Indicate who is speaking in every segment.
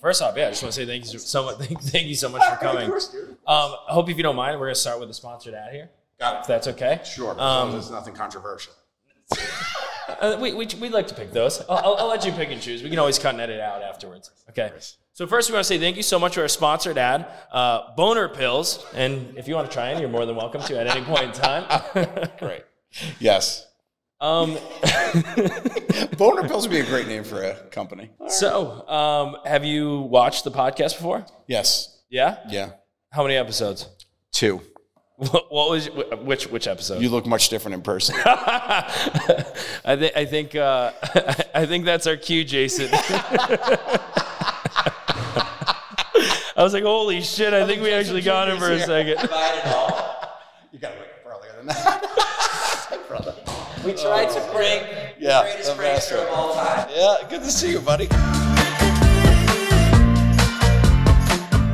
Speaker 1: First off, yeah, I just want to say thank you so much. Thank, thank you so much for coming.
Speaker 2: Of
Speaker 1: Um,
Speaker 2: course, dude.
Speaker 1: I hope if you don't mind, we're gonna start with the sponsored ad here, if
Speaker 2: Got it.
Speaker 1: that's okay.
Speaker 2: Sure. As long as
Speaker 1: Um,
Speaker 2: it's nothing controversial.
Speaker 1: uh, we we we like to pick those. I'll, I'll, I'll let you pick and choose. We can always cut and edit out afterwards. Okay. So first, we want to say thank you so much for our sponsored ad, uh, Boner Pills. And if you want to try any, you're more than welcome to at any point in time.
Speaker 2: Great. Yes.
Speaker 1: um,
Speaker 2: Boner Pills would be a great name for a company.
Speaker 1: so, um, have you watched the podcast before?
Speaker 2: Yes.
Speaker 1: Yeah.
Speaker 2: Yeah.
Speaker 1: How many episodes?
Speaker 2: Two.
Speaker 1: What, what was wh- which which episode?
Speaker 2: You look much different in person.
Speaker 1: I think I think uh, I think that's our cue, Jason. I was like, "Holy shit!" I think we actually got him for a second.
Speaker 2: you got to wake up earlier than that.
Speaker 3: We tried to bring
Speaker 2: Yeah,
Speaker 3: the greatest
Speaker 2: the
Speaker 3: prankster
Speaker 2: master.
Speaker 3: of all time.
Speaker 2: yeah. Good to see you, buddy.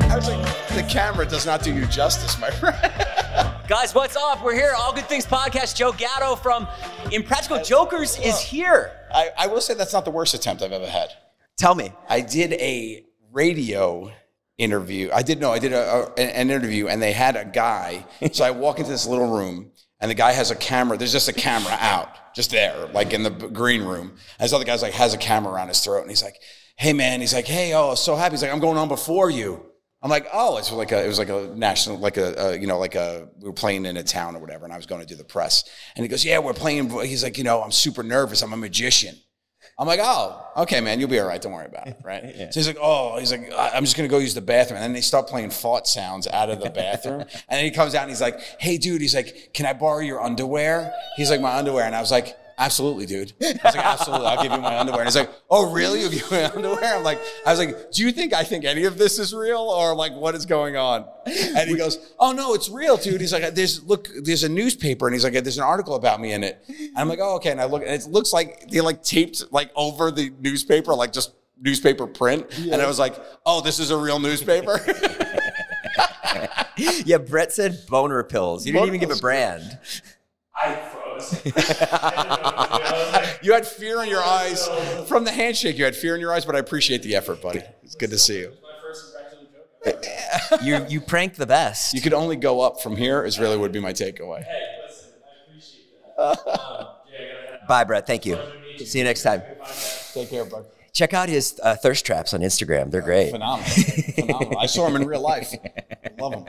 Speaker 2: Actually, the camera does not do you justice, my friend.
Speaker 3: Guys, what's up? We're here. All Good Things Podcast. Joe Gatto from Impractical Jokers is here.
Speaker 2: I, I will say that's not the worst attempt I've ever had.
Speaker 3: Tell me.
Speaker 2: I did a radio interview. I did no, I did a, a- an interview, and they had a guy. so I walk into this little room, and the guy has a camera. There's just a camera out, just there, like in the b- green room. And this other guy's like has a camera around his throat, and he's like, "Hey man," he's like, "Hey, oh, so happy." He's like, "I'm going on before you." I'm like, oh, it's like a, it was like a national, like a, a, you know, like a, we were playing in a town or whatever, and I was going to do the press. And he goes, yeah, we're playing. He's like, you know, I'm super nervous. I'm a magician. I'm like, oh, okay, man, you'll be all right. Don't worry about it, right? So he's like, oh, he's like, I- I'm just gonna go use the bathroom, and then they start playing fart sounds out of the bathroom, and then he comes out and he's like, hey, dude, he's like, can I borrow your underwear? He's like, my underwear, and I was like. Absolutely, dude. I was like, absolutely, I'll give you my underwear. And he's like, oh, really? You'll give me my underwear? I'm like, I was like, do you think I think any of this is real or like what is going on? And he goes, oh, no, it's real, dude. He's like, there's, look, there's a newspaper. And he's like, there's an article about me in it. And I'm like, oh, okay. And I look, and it looks like they like taped like over the newspaper, like just newspaper print. And I was like, oh, this is a real newspaper.
Speaker 3: Yeah, Brett said boner pills. You didn't even give a brand.
Speaker 1: I froze. I
Speaker 2: you had fear in your eyes from the handshake. You had fear in your eyes, but I appreciate the effort, buddy. It's good to see you.
Speaker 3: You you pranked the best.
Speaker 2: You could only go up from here is really would be my takeaway.
Speaker 3: Bye, Brett. Thank you. See you next time.
Speaker 2: Take care, bud.
Speaker 3: Check out his uh, thirst traps on Instagram. They're great.
Speaker 2: Phenomenal. Phenomenal. I saw him in real life. I love him.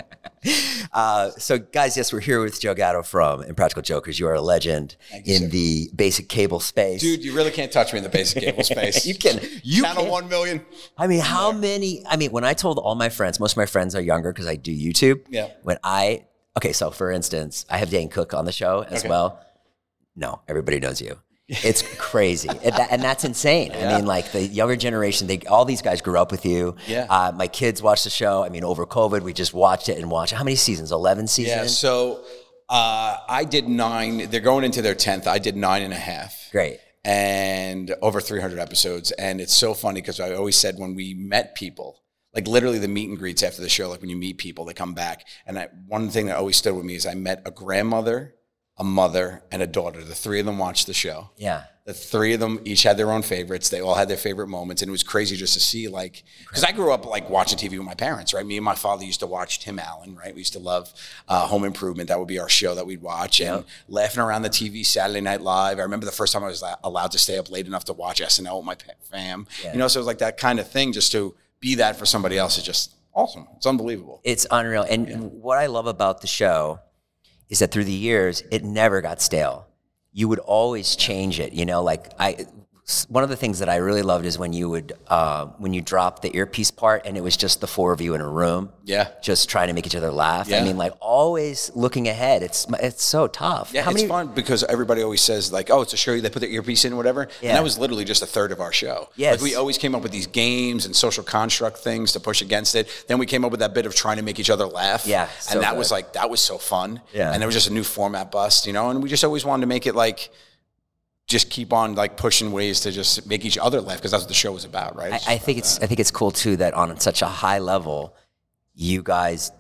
Speaker 3: Uh, so, guys, yes, we're here with Joe Gatto from Impractical Jokers. You are a legend
Speaker 2: Thank you,
Speaker 3: in
Speaker 2: sir.
Speaker 3: the basic cable space,
Speaker 2: Dude, you really can't touch me in the basic cable space.
Speaker 3: You can. You
Speaker 2: Channel
Speaker 3: can.
Speaker 2: 1 million.
Speaker 3: I mean, how many? I mean, when I told all my friends, most of my friends are younger because I do YouTube.
Speaker 2: Yeah.
Speaker 3: When I, okay, so for instance, I have Dane Cook on the show as
Speaker 2: Okay.
Speaker 3: well. No, everybody knows you. It's crazy. and, that, and that's insane. I mean, like the younger generation, they, all these guys grew up with you.
Speaker 2: Yeah.
Speaker 3: Uh, my kids watched the show. I mean, over COVID, we just watched it and watched How many seasons? 11 seasons?
Speaker 2: Yeah, so uh, I did nine. They're going into their 10th. I did nine and a half.
Speaker 3: Great.
Speaker 2: and over 300 episodes. And it's so funny because I always said when we met people, like literally the meet and greets after the show, like when you meet people, they come back. And I, one thing that always stood with me is I met a grandmother, a mother, and a daughter. The three of them watched the show.
Speaker 3: Yeah.
Speaker 2: The three of them each had their own favorites. They all had their favorite moments, and it was crazy just to see like because I grew up like watching TV with my parents, right? Me and my father used to watch Tim Allen, right? We used to love uh, Home Improvement. That would be our show that we'd watch, and laughing around the TV Saturday Night Live. I remember the first time I was la- allowed to stay up late enough to watch SNL with my pa- fam. You know, so it was like that kind of thing. Just to be that for somebody else is just awesome. It's unbelievable.
Speaker 3: It's unreal. And what I love about the show is that through the years, it never got stale. You would always change it. You know, like I, s- one of the things that I really loved is when you would, uh, when you dropped the earpiece part and it was just the four of you in a room.
Speaker 2: Yeah.
Speaker 3: Just trying to make each other laugh. I
Speaker 2: Yeah.
Speaker 3: mean, like always looking ahead. It's, it's so tough.
Speaker 2: Yeah, it's fun because everybody always says like, "Oh, it's a show they put their earpiece in, or whatever."
Speaker 3: Yeah.
Speaker 2: And that was literally just a third of our show.
Speaker 3: Yes.
Speaker 2: like we always came up with these games and social construct things to push against it. Then we came up with that bit of trying to make each other laugh.
Speaker 3: Yeah,
Speaker 2: and
Speaker 3: so
Speaker 2: that
Speaker 3: good.
Speaker 2: was like that was so fun.
Speaker 3: Yeah.
Speaker 2: and it was just a new format bust, you know. And we just always wanted to make it like. Just keep on like pushing ways to just make each other laugh because that's what the show was about, right?
Speaker 3: I, I think it's I think it's cool too that on such a high level, you guys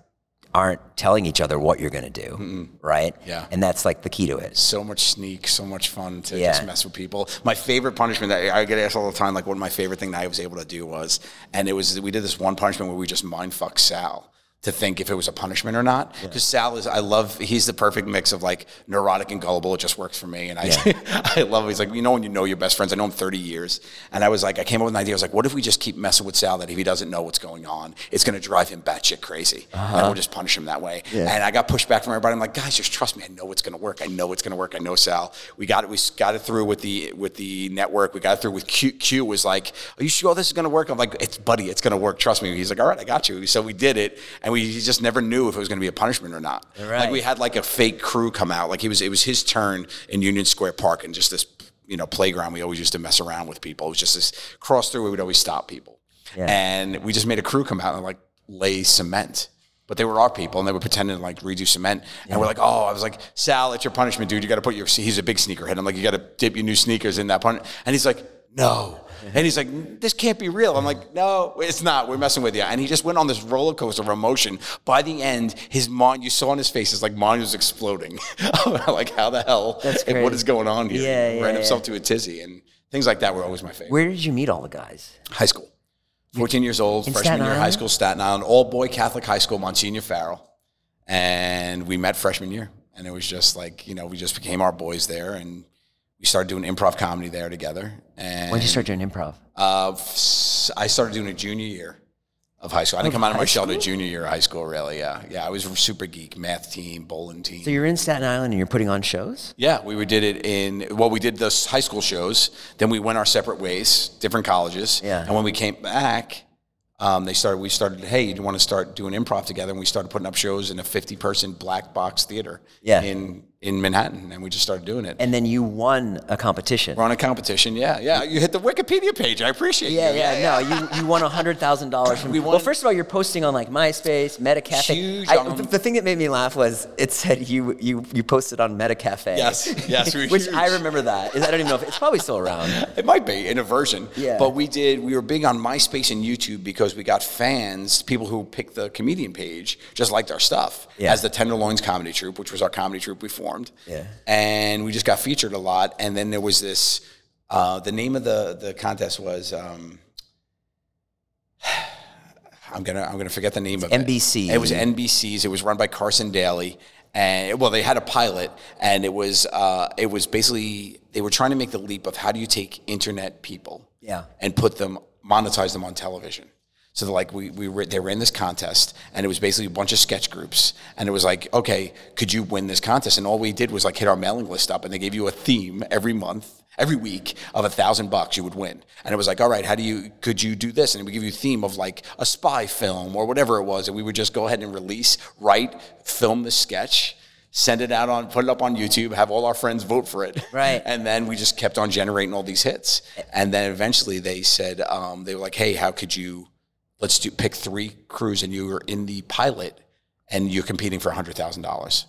Speaker 3: aren't telling each other what you're going to do, right?
Speaker 2: Yeah.
Speaker 3: And that's like the key to it.
Speaker 2: so much sneak, so much fun to
Speaker 3: Yeah.
Speaker 2: just mess with people. My favorite punishment that I get asked all the time, like what my favorite thing that I was able to do was, and it was we did this one punishment where we just mind fuck Sal to think if it was a punishment or not. Because Sal is, I love, he's the perfect mix of like neurotic and gullible. It just works for me, and I, I love. He's like, you know, when you know your best friends. I know him thirty years, and I was like, I came up with an idea. I was like, what if we just keep messing with Sal that if he doesn't know what's going on, it's going to drive him batshit crazy, and we'll just punish him that way. And I got pushed back from everybody. I'm like, guys, just trust me. I know it's going to work. I know it's going to work. I know Sal. We got it. We got it through with the with the network. We got it through with Q. Q was like, are you sure this is going to work? I'm like, it's buddy, it's going to work. Trust me. He's like, all right, I got you. So we did it, and we just never knew if it was going to be a punishment or not. Like
Speaker 3: Right.
Speaker 2: we had like a fake crew come out. Like he was it was his turn in Union Square Park, and just this you know playground. We always used to mess around with people. It was just this cross through. We would always stop people, and we just made a crew come out and like lay cement. But they were our people, and they were pretending to like redo cement. And we're like, "Oh, I was like, Sal, it's your punishment, dude. You got to put your." He's a big sneakerhead. I'm like, "You got to dip your new sneakers in that pun." And he's like, "No." And he's like, "This can't be real." I'm like, "No, it's not. We're messing with you." And he just went on this roller coaster of emotion. By the end, his mind, you saw on his face, it's like mind was exploding. like, how the hell?
Speaker 3: That's
Speaker 2: and What
Speaker 3: crazy.
Speaker 2: is going on here?
Speaker 3: Yeah,
Speaker 2: He
Speaker 3: yeah,
Speaker 2: Ran himself to a tizzy, and things like that were always my favorite.
Speaker 3: Where did you meet all the guys?
Speaker 2: High school. 14 years old,
Speaker 3: In
Speaker 2: freshman
Speaker 3: Staten
Speaker 2: year of high
Speaker 3: Island?
Speaker 2: school, Staten Island, all boy Catholic high school, Monsignor Farrell. And we met freshman year. And it was just like, you know, we just became our boys there and we started doing improv comedy there together. And
Speaker 3: When did you start doing improv?
Speaker 2: Uh, f- I started doing it junior year of high school. I didn't come out of my
Speaker 3: high
Speaker 2: shell to junior year of high school, really. Yeah. Yeah. I was a super geek, math team, bowling team.
Speaker 3: So you're in Staten Island and you're putting on shows?
Speaker 2: Yeah, we were- did it in well, we did those high school shows. Then we went our separate ways, different colleges.
Speaker 3: Yeah.
Speaker 2: And when we came back, um, they started. We started. Hey, you want to start doing improv together? And we started putting up shows in a fifty-person black box theater.
Speaker 3: Yeah.
Speaker 2: In in Manhattan, and we just started doing it.
Speaker 3: And then you won a competition.
Speaker 2: we're on a competition. Yeah, yeah. You hit the Wikipedia page. I appreciate.
Speaker 3: Yeah,
Speaker 2: you.
Speaker 3: yeah, no, you, you won hundred thousand dollars from.
Speaker 2: We won-
Speaker 3: well, first of all, you're posting on like MetaCafe, MetaCafe.
Speaker 2: Huge,
Speaker 3: I,
Speaker 2: um,
Speaker 3: the, the thing that made me laugh was it said you you you posted on MetaCafe.
Speaker 2: Yes, yes, we were
Speaker 3: which I
Speaker 2: huge.
Speaker 3: remember that. I don't even know if it's probably still around.
Speaker 2: It might be in a version.
Speaker 3: Yeah.
Speaker 2: But we did. We were big on MySpace and YouTube because we got fans, people who picked the comedian page, just liked our stuff
Speaker 3: Yeah.
Speaker 2: as the Tenderloins Comedy Troupe, which was our comedy troupe we formed.
Speaker 3: Yeah.
Speaker 2: And we just got featured a lot. And then there was this. Uh, the name of the the contest was. Um, I'm gonna I'm gonna forget the name of
Speaker 3: NBC.
Speaker 2: it. It was NBC's. It was run by Carson Daly, and well, they had a pilot, and it was uh, it was basically they were trying to make the leap of how do you take internet people,
Speaker 3: Yeah.
Speaker 2: and put them monetize them on television. So they're like we we were, they were in this contest, and it was basically a bunch of sketch groups, and it was like okay, could you win this contest? And all we did was like hit our mailing list up, and they gave you a theme every month. Every week of a thousand bucks, you would win, and it was like, all right, how do you could you do this? And it would give you a theme of like a spy film or whatever it was, and we would just go ahead and release, write, film the sketch, send it out on, put it up on YouTube, have all our friends vote for it,
Speaker 3: Right.
Speaker 2: and then we just kept on generating all these hits. And then eventually they said, um, they were like, hey, how could you, let's do pick three crews and you were in the pilot and you're competing for $100,000.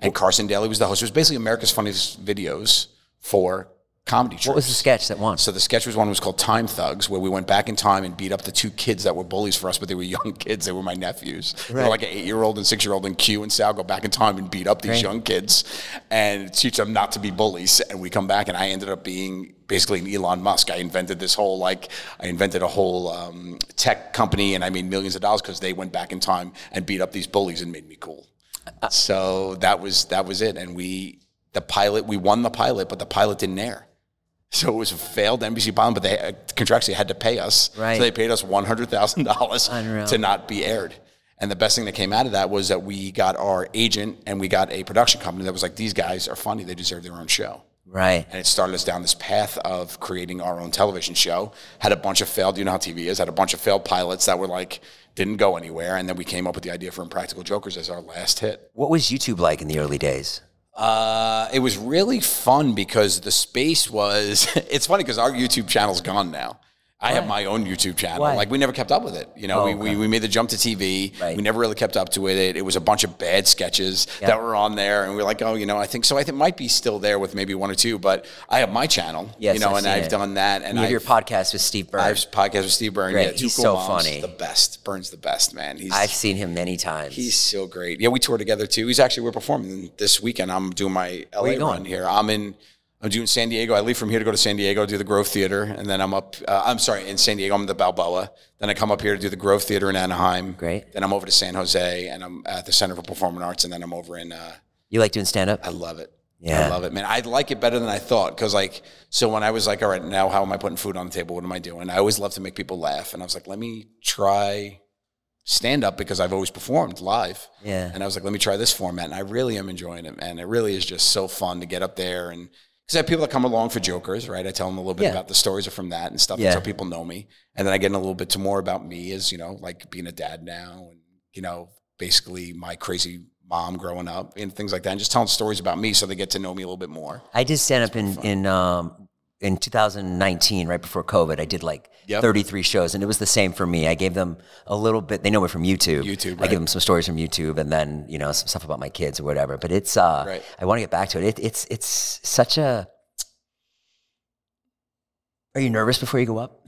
Speaker 2: And Carson Daly was the host. It was basically America's Funniest Videos for comedy
Speaker 3: What was the sketch that won?
Speaker 2: so the sketch was one was called Time Thugs, where we went back in time and beat up the two kids that were bullies for us, but they were young kids. They were my nephews. They were
Speaker 3: Right.
Speaker 2: like an eight-year-old and six-year-old. And Q and Sal go back in time and beat up these
Speaker 3: Great.
Speaker 2: young kids and teach them not to be bullies. And we come back, and I ended up being basically an Elon Musk. I invented this whole like I invented a whole um, tech company, and I made millions of dollars because they went back in time and beat up these bullies and made me cool. So that was that was it, and we the pilot we won the pilot, but the pilot didn't air. So it was a failed NBC pilot, but they uh, contractually had to pay us.
Speaker 3: Right.
Speaker 2: So they paid us one hundred thousand dollars
Speaker 3: Unreal.
Speaker 2: to not be aired. And the best thing that came out of that was that we got our agent and we got a production company that was like, these guys are funny; they deserve their own show.
Speaker 3: right.
Speaker 2: And it started us down this path of creating our own television show. Had a bunch of failed, you know how TV is, had a bunch of failed pilots that were like, didn't go anywhere. And then we came up with the idea for Impractical Jokers as our last hit.
Speaker 3: What was YouTube like in the early days?
Speaker 2: Uh, it was really fun because the space was. It's funny because our YouTube channel's gone now. I have my own YouTube channel.
Speaker 3: Why? Oh,
Speaker 2: Like we never kept up with it. You know, we, we, we made the jump to TV.
Speaker 3: Right.
Speaker 2: We never really kept up to it. It was a bunch of bad sketches
Speaker 3: Yeah.
Speaker 2: that were on there, and we are like, oh, you know, I think so. I think it might be still there with maybe one or two, but I have my channel.
Speaker 3: Yes,
Speaker 2: you know,
Speaker 3: I've
Speaker 2: and
Speaker 3: seen
Speaker 2: I've
Speaker 3: it.
Speaker 2: done that, and
Speaker 3: You have
Speaker 2: I
Speaker 3: your podcast with Steve Burns.
Speaker 2: I've podcast with Steve Byrne.
Speaker 3: Great.
Speaker 2: Yeah, two
Speaker 3: He's
Speaker 2: cool
Speaker 3: so
Speaker 2: moms.
Speaker 3: funny.
Speaker 2: The best. Burns the best, man. He's
Speaker 3: I've seen him many times.
Speaker 2: he's so great. Yeah, we tour together too. He's actually we're performing this weekend. I'm doing my LA
Speaker 3: you
Speaker 2: run
Speaker 3: going?
Speaker 2: here. I'm in I'm doing San Diego. I leave from here to go to San Diego, do the Grove Theater, and then I'm up. Uh, I'm sorry, in San Diego, I'm at the Balboa. Then I come up here to do the Grove Theater in Anaheim.
Speaker 3: Great.
Speaker 2: Then I'm over to San Jose, and I'm at the Center for Performing Arts, and then I'm over in uh,
Speaker 3: you like doing stand up?
Speaker 2: I love it.
Speaker 3: Yeah.
Speaker 2: I love it, man. I like it better than I thought because, like, so when I was like, all right, now how am I putting food on the table? What am I doing? I always love to make people laugh. And I was like, let me try stand up because I've always performed live.
Speaker 3: Yeah.
Speaker 2: And I was like, let me try this format. And I really am enjoying it, man. It really is just so fun to get up there. And because I have people that come along for jokers, right? I tell them a little bit
Speaker 3: Yeah.
Speaker 2: about the stories are from that and stuff.
Speaker 3: Yeah.
Speaker 2: That's how people know me. And then I get in a little bit to more about me as, you know, like being a dad now and, you know, basically my crazy mom growing up and things like that. And just telling stories about me so they get to know me a little bit more.
Speaker 3: I did stand up in in um, in 2019, right before COVID. I did like
Speaker 2: Yep.
Speaker 3: 33 shows, and it was the same for me. I gave them a little bit. They know me from YouTube.
Speaker 2: YouTube,
Speaker 3: I
Speaker 2: right.
Speaker 3: give them some stories from YouTube, and then you know some stuff about my kids or whatever. But it's uh,
Speaker 2: Right.
Speaker 3: I want to get back to it. it. It's it's such a. Are you nervous before you go up?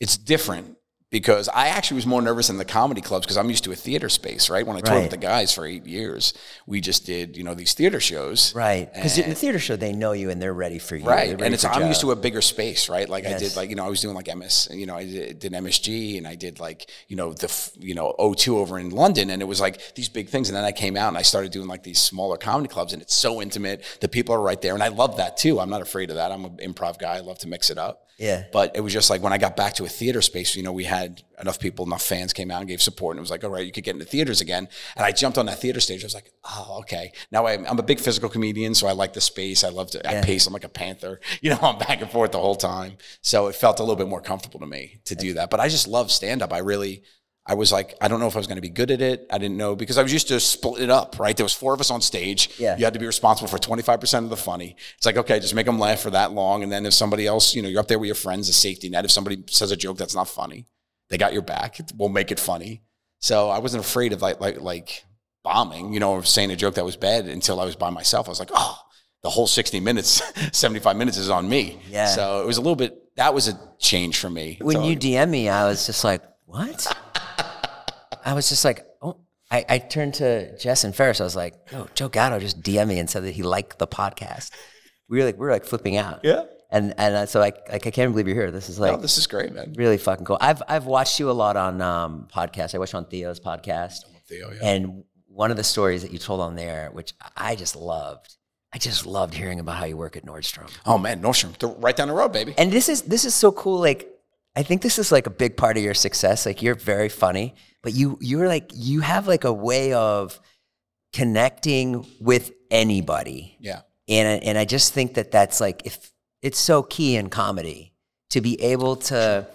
Speaker 2: it's different because I actually was more nervous in the comedy clubs because I'm used to a theater space, right? When I toured
Speaker 3: Right.
Speaker 2: with the guys for eight years, we just did, you know, these theater shows.
Speaker 3: Right, because in the
Speaker 2: And-
Speaker 3: theater show they know you and they're ready for you.
Speaker 2: Right.
Speaker 3: They're ready
Speaker 2: And it's,
Speaker 3: for
Speaker 2: I'm
Speaker 3: Joe.
Speaker 2: used to a bigger space, right? Like I
Speaker 3: Yes.
Speaker 2: did, like, you know, I was doing like MS, you know, I did, did MSG and I did like, you know, the, f- you know, O2 over in London. And it was like these big things. And then I came out and I started doing like these smaller comedy clubs and it's so intimate. The people are right there. And I love that too. I'm not afraid of that. I'm an improv guy. I love to mix it up.
Speaker 3: Yeah.
Speaker 2: But it was just like when I got back to a theater space, you know, we had enough people, enough fans came out and gave support. And it was like, all right, you could get into theaters again. And I jumped on that theater stage. I was like, oh, okay. Now I'm, I'm a big physical comedian, so I like the space. I love to, I pace. I'm like a panther. You know, I'm back and forth the whole time. So it felt a little bit more comfortable to me to do that. But I just love stand up. I really, I was like, I don't know if I was going to be good at it. I didn't know because I was used to split it up, right? There was four of us on stage.
Speaker 3: Yeah.
Speaker 2: You had to be responsible for 25% of the funny. It's like, okay, just make them laugh for that long. And then if somebody else, you know, you're up there with your friends, a safety net. If somebody says a joke that's not funny, they got your back. We'll make it funny. So I wasn't afraid of like, like, like bombing, you know, or saying a joke that was bad until I was by myself. I was like, oh, the whole 60 minutes, 75 minutes is on me.
Speaker 3: Yeah.
Speaker 2: So it was a little bit, that was a change for me.
Speaker 3: when
Speaker 2: So-
Speaker 3: you DM me, I was just like, what? I was just like, oh. I, I turned to Jess and Ferris. I was like, yo, Joe Gatto just DM me and said that he liked the podcast. We were like, we were like flipping out.
Speaker 2: Yeah.
Speaker 3: And and I- so I like I can't believe you're here. This is like
Speaker 2: Oh, this is great, man.
Speaker 3: really fucking cool. I've I've watched you a lot on um podcasts. I watched you on Theo's podcast.
Speaker 2: Theo, yeah.
Speaker 3: And one of the stories that you told on there, which I just loved. I just loved hearing about how you work at Nordstrom.
Speaker 2: Oh man, Nordstrom, th- right down the road, baby.
Speaker 3: And this is this is so cool. Like, I think this is like a big part of your success. Like, you're very funny, but you you're like you have like a way of connecting with anybody,
Speaker 2: Yeah,
Speaker 3: and I- and I just think that that's like if it's so key in comedy to be able to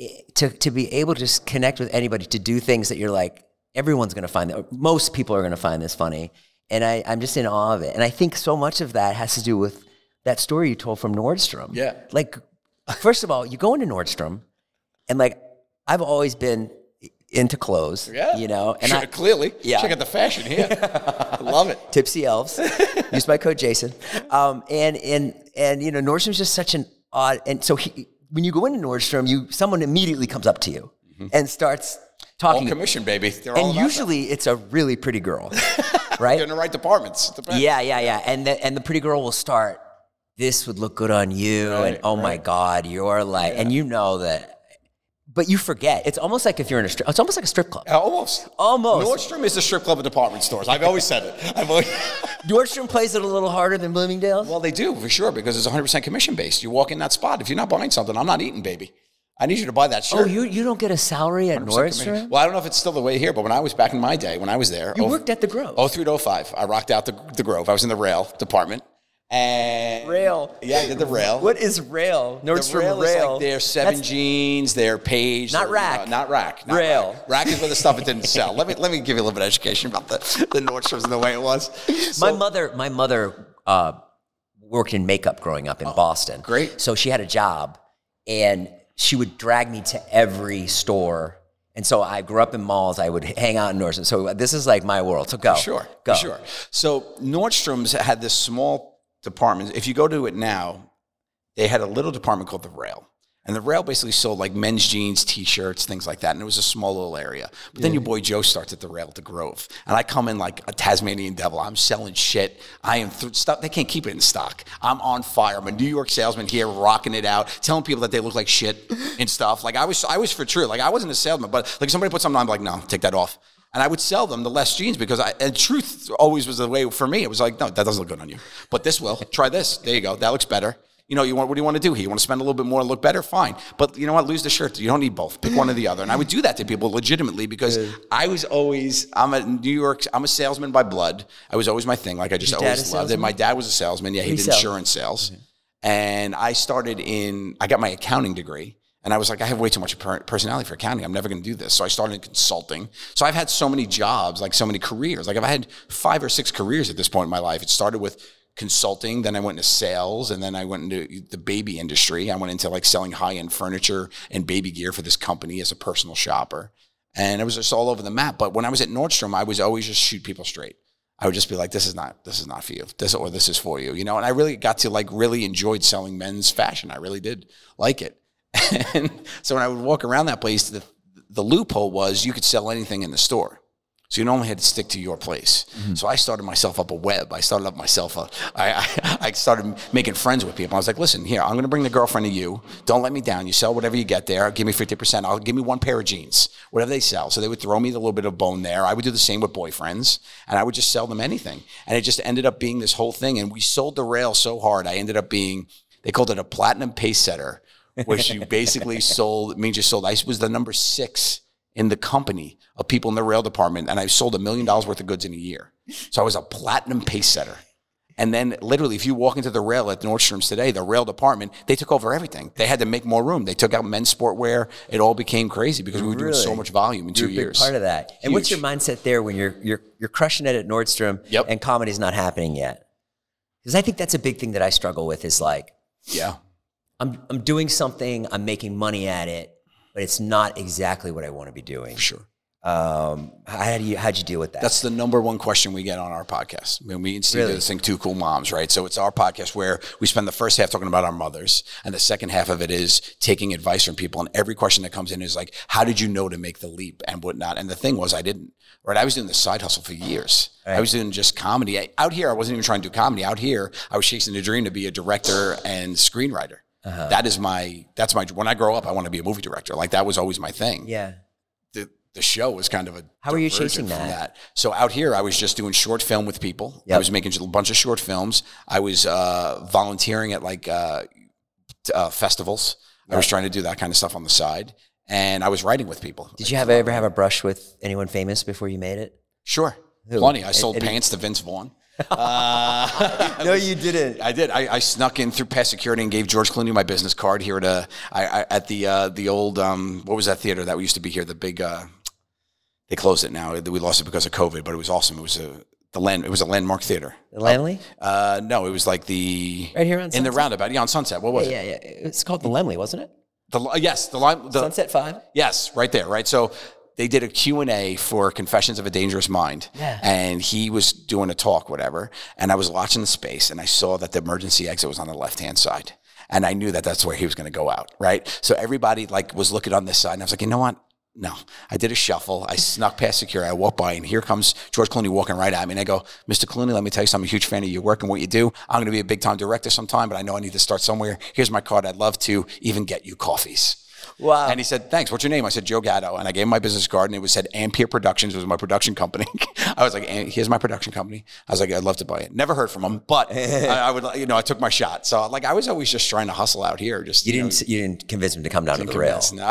Speaker 3: eh, to to be able to just connect with anybody to do things that you're like everyone's going to find that or most people are going to find this funny and I, i'm just in awe of it and i think so much of that has to do with that story you told from nordstrom
Speaker 2: Yeah.
Speaker 3: like first of all you go into nordstrom and like i've always been into clothes
Speaker 2: yeah.
Speaker 3: you know and
Speaker 2: Sure,
Speaker 3: I,
Speaker 2: clearly,
Speaker 3: Yeah.
Speaker 2: check out the fashion here. Love it.
Speaker 3: tipsy elves use my code jason um, and and and you know nordstrom's just such an odd and so he, when you go into nordstrom you someone immediately comes up to you and starts
Speaker 2: Mm-hmm. All
Speaker 3: talking
Speaker 2: commission, baby. They're all
Speaker 3: and
Speaker 2: about
Speaker 3: usually it's a really pretty girl
Speaker 2: that. They're in
Speaker 3: right
Speaker 2: the right departments. The best.
Speaker 3: yeah yeah yeah and the, and the pretty girl will start this would look good on you and
Speaker 2: Right,
Speaker 3: oh my god you're like and you know that but you forget it's almost like if you're in a strip it's almost like a strip club
Speaker 2: Almost.
Speaker 3: Almost.
Speaker 2: Nordstrom is the strip club of department stores. I've always said it. I've always.
Speaker 3: nordstrom plays it a little harder than bloomingdale's
Speaker 2: well, they do for sure because it's 100 percent commission based. You walk in that spot. If you're not buying something, I'm not eating, baby. I need you to buy that shirt.
Speaker 3: oh you you don't get a salary at
Speaker 2: 100% commission.
Speaker 3: nordstrom
Speaker 2: Well, I don't know if it's still the way here, but when I was back in my day, when I was there,
Speaker 3: you
Speaker 2: oh-
Speaker 3: worked at the grove
Speaker 2: 03 to 05, I rocked out the, the Grove. I was in the rail department. And
Speaker 3: Rail.
Speaker 2: Yeah, I did the rail.
Speaker 3: What is rail?
Speaker 2: The rail, is like their seven jeans, their page,
Speaker 3: Not
Speaker 2: their-
Speaker 3: rack.
Speaker 2: no, not rack, not
Speaker 3: Rail.
Speaker 2: Rack. Rack is where the stuff that didn't sell. Let me let me give you a little bit of education about the the Nordstroms and the way it was.
Speaker 3: my
Speaker 2: So-
Speaker 3: mother, my mother uh, worked in makeup growing up in Boston.
Speaker 2: Oh, great.
Speaker 3: So she had a job, and she would drag me to every store. And so I grew up in malls. I would hang out in Nordstrom. So this is like my world. So go.
Speaker 2: Sure,
Speaker 3: Go.
Speaker 2: sure. So Nordstrom's had this small department. If you go to it now, they had a little department called the Rail, and the Rail basically sold like men's jeans, T-shirts, things like that. And it was a small little area. But then your boy Joe starts at the Rail at the Grove, and I come in like a Tasmanian devil. I'm selling shit. I am th- stuff. They can't keep it in stock. I'm on fire. I'm a New York salesman here, rocking it out, telling people that they look like shit and stuff. Like I was, I was for true. Like I wasn't a salesman, but like somebody put something on, I'm like, no, take that off. And I would sell them the less jeans because I, and truth always was the way for me. It was like, no, that doesn't look good on you, but this will. Try this. There you go. That looks better. You know, you want, what do you want to do here? You want to spend a little bit more and look better? Fine. But you know what? Lose the shirt. You don't need both. Pick one or the other. And I would do that to people legitimately because I was always, I'm a New York, I'm a salesman by blood. I was always my thing. Like I just
Speaker 3: dad
Speaker 2: always
Speaker 3: a
Speaker 2: loved it. My dad was a salesman. Yeah, he did
Speaker 3: Resell.
Speaker 2: insurance sales. And I started in, I got my accounting degree. And I was like, I have way too much per- personality for accounting. I'm never going to do this. So I started in consulting. So I've had so many jobs, like so many careers. Like I've had five or six careers at this point in my life. It started with consulting, then I went into sales, and then I went into the baby industry. I went into like selling high end furniture and baby gear for this company as a personal shopper. And it was just all over the map. But when I was at Nordstrom, I was always just shoot people straight. I would just be like, this is not, this is not for you. This or this is for you, you know? And I really got to like, really enjoyed selling men's fashion. I really did like it. And so when I would walk around that place, the, the loophole was you could sell anything in the store. So you only had to stick to your place. So I started myself up a web. I started up myself a, I, I, I started making friends with people. I was like, listen, here, I'm going to bring the girlfriend to you. Don't let me down. You sell whatever you get there. Give me 50%. I'll give me one pair of jeans, whatever they sell. So they would throw me the little bit of bone there. I would do the same with boyfriends and I would just sell them anything. And it just ended up being this whole thing. And we sold the rail so hard. I ended up being, they called it a platinum pace setter, which you basically sold, means you sold, I was the number six in the company of people in the rail department, and I sold a million dollars worth of goods in a year. So I was a platinum pace setter. And then, literally, if you walk into the rail at Nordstrom's today, the rail department, they took over everything. They had to make more room. They took out men's sportwear. It all became crazy because we were doing
Speaker 3: Really?
Speaker 2: so much volume in 2
Speaker 3: You're a big
Speaker 2: years.
Speaker 3: part of that. And what's your
Speaker 2: Huge.
Speaker 3: mindset there when you're you're you're crushing it at Nordstrom
Speaker 2: Yep.
Speaker 3: and comedy's not happening yet? Because I think that's a big thing that I struggle with is like
Speaker 2: yeah.
Speaker 3: I'm I'm doing something, I'm making money at it, but it's not exactly what I want to be doing.
Speaker 2: Sure.
Speaker 3: Um, how do you how'd you deal with that?
Speaker 2: That's the number one question we get on our podcast. I mean, we and Steve
Speaker 3: Really?
Speaker 2: do this thing, Two Cool Moms, right? So it's our podcast where we spend the first half talking about our mothers, and the second half of it is taking advice from people. And every question that comes in is like, how did you know to make the leap and whatnot? And the thing was, I didn't, right? I was doing the side hustle for years. I was doing just comedy. I, out here, I wasn't even trying to do comedy. Out here, I was chasing a dream to be a director and screenwriter.
Speaker 3: Uh-huh.
Speaker 2: That is my, that's my, when I grow up, I want to be a movie director. Like that was always my thing
Speaker 3: yeah.
Speaker 2: the, the show was kind of a
Speaker 3: How were you
Speaker 2: diversion
Speaker 3: chasing
Speaker 2: from
Speaker 3: that?
Speaker 2: So out here, I was just doing short film with people. I
Speaker 3: Yep.
Speaker 2: was making a bunch of short films. I was uh, volunteering at like uh, t- uh, festivals. I was trying to do that kind of stuff on the side, and I was writing with people.
Speaker 3: Did you have ever have a brush with anyone famous before you made it?
Speaker 2: Sure,
Speaker 3: Who?
Speaker 2: plenty. I sold
Speaker 3: Eddie-
Speaker 2: pants to Vince Vaughn. Uh,
Speaker 3: No, you didn't.
Speaker 2: I did. I, I snuck in through past security and gave George Clooney my business card here at a, I, I, at the uh, the old um, what was that theater that we used to be here? The big uh, they closed it now. We lost it because of COVID, but it was awesome. It was a the land. It was a landmark theater.
Speaker 3: Lamley?
Speaker 2: Uh, no, it was like the
Speaker 3: Right here on
Speaker 2: in the
Speaker 3: Sunset?
Speaker 2: roundabout. Yeah, on Sunset. What was it?
Speaker 3: yeah, yeah. It's called the Lemley, wasn't it?
Speaker 2: The li- yes, the line. The,
Speaker 3: Sunset Five.
Speaker 2: Yes, right there, right? So they did a Q&A for Confessions of a Dangerous Mind.
Speaker 3: Yeah.
Speaker 2: And he was doing a talk, whatever. And I was watching the space and I saw that the emergency exit was on the left-hand side. And I knew that that's where he was going to go out, right? So everybody like was looking on this side and I was like, you know what? No, I did a shuffle. I snuck past security. I walked by, and here comes George Clooney walking right at me. And I go, Mr. Clooney, let me tell you something. I'm a huge fan of your work and what you do. I'm going to be a big time director sometime, but I know I need to start somewhere. Here's my card. I'd love to even get you coffees.
Speaker 3: Wow.
Speaker 2: And he said, "Thanks. What's your name?" I said, "Joe Gatto," and I gave him my business card, and it was said Ampere Productions was my production company. I was like, "Am- "Here's my production company." I was like, "I'd love to buy it." Never heard from him, but I, I would, you know, I took my shot. So like, I was always just trying to hustle out here. Just
Speaker 3: You didn't you didn't convince him to come down to the rail.
Speaker 2: Yes, no.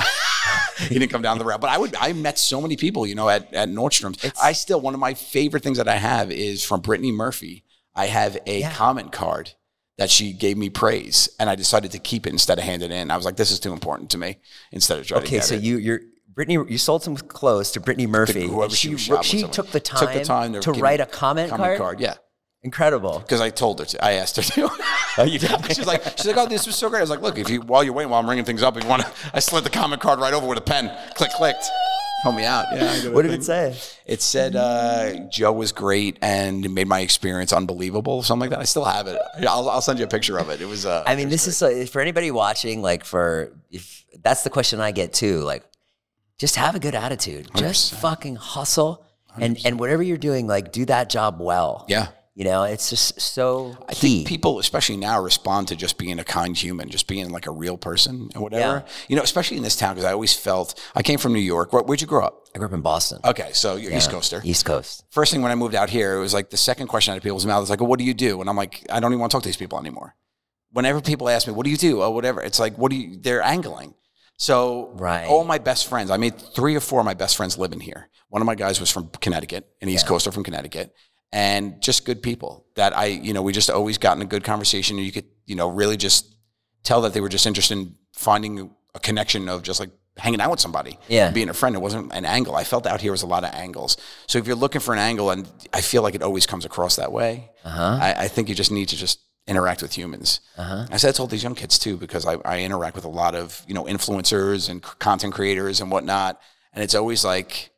Speaker 2: he didn't come down the route. But I would I met so many people, you know, at, at Nordstrom's. I still one of my favorite things that I have is from Brittany Murphy. I have a comment card that she gave me praise and I decided to keep it instead of hand it in. I was like, this is too important to me instead of trying to
Speaker 3: Okay,
Speaker 2: get
Speaker 3: so
Speaker 2: it.
Speaker 3: you you're Brittany. You sold some clothes to Brittany Murphy.
Speaker 2: whoever
Speaker 3: and
Speaker 2: she
Speaker 3: she
Speaker 2: was
Speaker 3: wrote-
Speaker 2: shopping
Speaker 3: she
Speaker 2: with.
Speaker 3: took the
Speaker 2: Took the time
Speaker 3: time,
Speaker 2: to
Speaker 3: to
Speaker 2: give
Speaker 3: write
Speaker 2: me
Speaker 3: a comment,
Speaker 2: Comment card, yeah.
Speaker 3: Incredible.
Speaker 2: because I told her to. I asked her to.
Speaker 3: Oh, you did?
Speaker 2: she's like, she's like, oh, this was so great. I was like, look, if you while you're waiting, while I'm ringing things up, if you want to, I slid the comment card right over with a pen. Click, clicked. Help me out. Yeah. I got a
Speaker 3: What did
Speaker 2: thing.
Speaker 3: it say?
Speaker 2: It said uh, Joe was great and it made my experience unbelievable, something like that. I still have it. I'll, I'll send you a picture of it. It was. Uh,
Speaker 3: I mean, this is like, for anybody watching. Like, for if that's the question I get too. Like, just have a good attitude. Just fucking hustle, and and whatever you're doing, like, do that job well.
Speaker 2: Yeah.
Speaker 3: You know, it's just so
Speaker 2: I
Speaker 3: key.
Speaker 2: think people, especially now, respond to just being a kind human, just being like a real person and whatever. You know, especially in this town, because I always felt I came from New York. Where, would you grow up?
Speaker 3: I grew up in Boston,
Speaker 2: Okay, so you're East
Speaker 3: Yeah.
Speaker 2: Coaster.
Speaker 3: East Coast.
Speaker 2: First thing when I moved out here, it was like the second question out of people's mouth was like, well, "What do you do?" And I'm like, "I don't even want to talk to these people anymore." Whenever people ask me, "What do you do?" Oh, whatever. It's like, "What do you?" They're angling. So
Speaker 3: Right.
Speaker 2: all my best friends, I made three or four of my best friends live in here. One of my guys was from Connecticut, an East Coaster from Connecticut, and just good people that I, you know, we just always got in a good conversation. And you could, you know, really just tell that they were just interested in finding a connection of just like hanging out with somebody,
Speaker 3: Yeah.
Speaker 2: being a friend. It wasn't an angle. I felt out here was a lot of angles. So if you're looking for an angle, and I feel like it always comes across that way,
Speaker 3: Uh huh.
Speaker 2: I, I think you just need to just interact with humans.
Speaker 3: Uh-huh.
Speaker 2: I said I told these young kids too because I, I interact with a lot of you know influencers and c- content creators and whatnot, and it's always like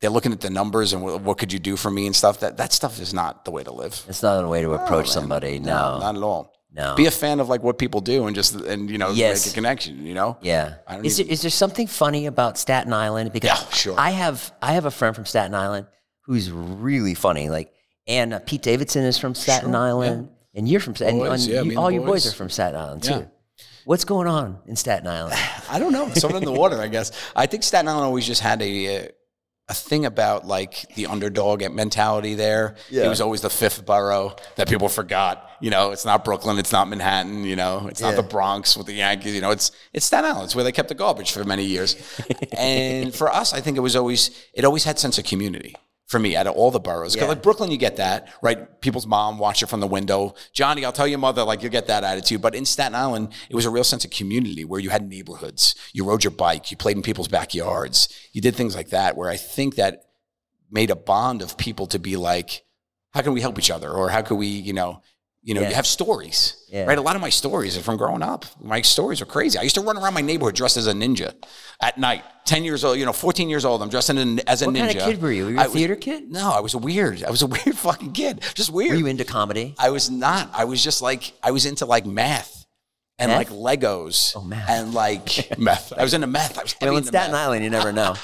Speaker 2: they're looking at the numbers and what, what could you do for me and stuff. That that stuff is not the way to live.
Speaker 3: It's not a way to approach
Speaker 2: man.
Speaker 3: somebody. Oh, No.
Speaker 2: not at all.
Speaker 3: no.
Speaker 2: Be a fan of like what people do and just and you know
Speaker 3: Yes.
Speaker 2: make a connection. You know.
Speaker 3: Yeah.
Speaker 2: I don't
Speaker 3: Is there,
Speaker 2: even-
Speaker 3: is there something funny about Staten Island? Because
Speaker 2: Yeah, sure.
Speaker 3: I have I have a friend from Staten Island who's really funny. Like, and uh, Pete Davidson is from
Speaker 2: Sure,
Speaker 3: Staten
Speaker 2: yeah.
Speaker 3: Island, and you're from Staten.
Speaker 2: Boys,
Speaker 3: Island.
Speaker 2: yeah, me and
Speaker 3: all
Speaker 2: the
Speaker 3: your boys
Speaker 2: boys.
Speaker 3: are from Staten Island
Speaker 2: Yeah.
Speaker 3: too. What's going on in Staten Island?
Speaker 2: I don't know. Something in the water, I guess. I think Staten Island always just had a uh, a thing about like the underdog mentality there. It was always the fifth borough that people forgot. You know, it's not Brooklyn, it's not Manhattan. You know, it's not the Bronx with the Yankees. You know, it's it's Staten Island. It's where they kept the garbage for many years. and for us, I think it was always it always had sense of community. For me, out of all the boroughs, 'Cause,
Speaker 3: Yeah.
Speaker 2: like Brooklyn, you get that right. People's mom watched it from the window. Johnny, I'll tell your mother, like you get that attitude. But in Staten Island, it was a real sense of community where you had neighborhoods. You rode your bike. You played in people's backyards. You did things like that. Where I think that made a bond of people to be like, how can we help each other? Or how could we, you know, you know,
Speaker 3: Yeah.
Speaker 2: you have stories,
Speaker 3: Yeah.
Speaker 2: right? A lot of my stories are from growing up. My stories are crazy. I used to run around my neighborhood dressed as a ninja at night. 10 years old, you know, 14 years old. I'm dressed in, as a
Speaker 3: What
Speaker 2: ninja.
Speaker 3: kind of kid were you? Were you a
Speaker 2: I was-
Speaker 3: theater kid?
Speaker 2: No, I was weird. I was a weird fucking kid. Just weird.
Speaker 3: Were you into comedy?
Speaker 2: I was not. I was just like I was into like math and
Speaker 3: Meth?
Speaker 2: like Legos.
Speaker 3: Oh, math.
Speaker 2: And like meth. I was into meth. I was heavy
Speaker 3: Well, in
Speaker 2: into
Speaker 3: Staten
Speaker 2: meth.
Speaker 3: Island, you never know.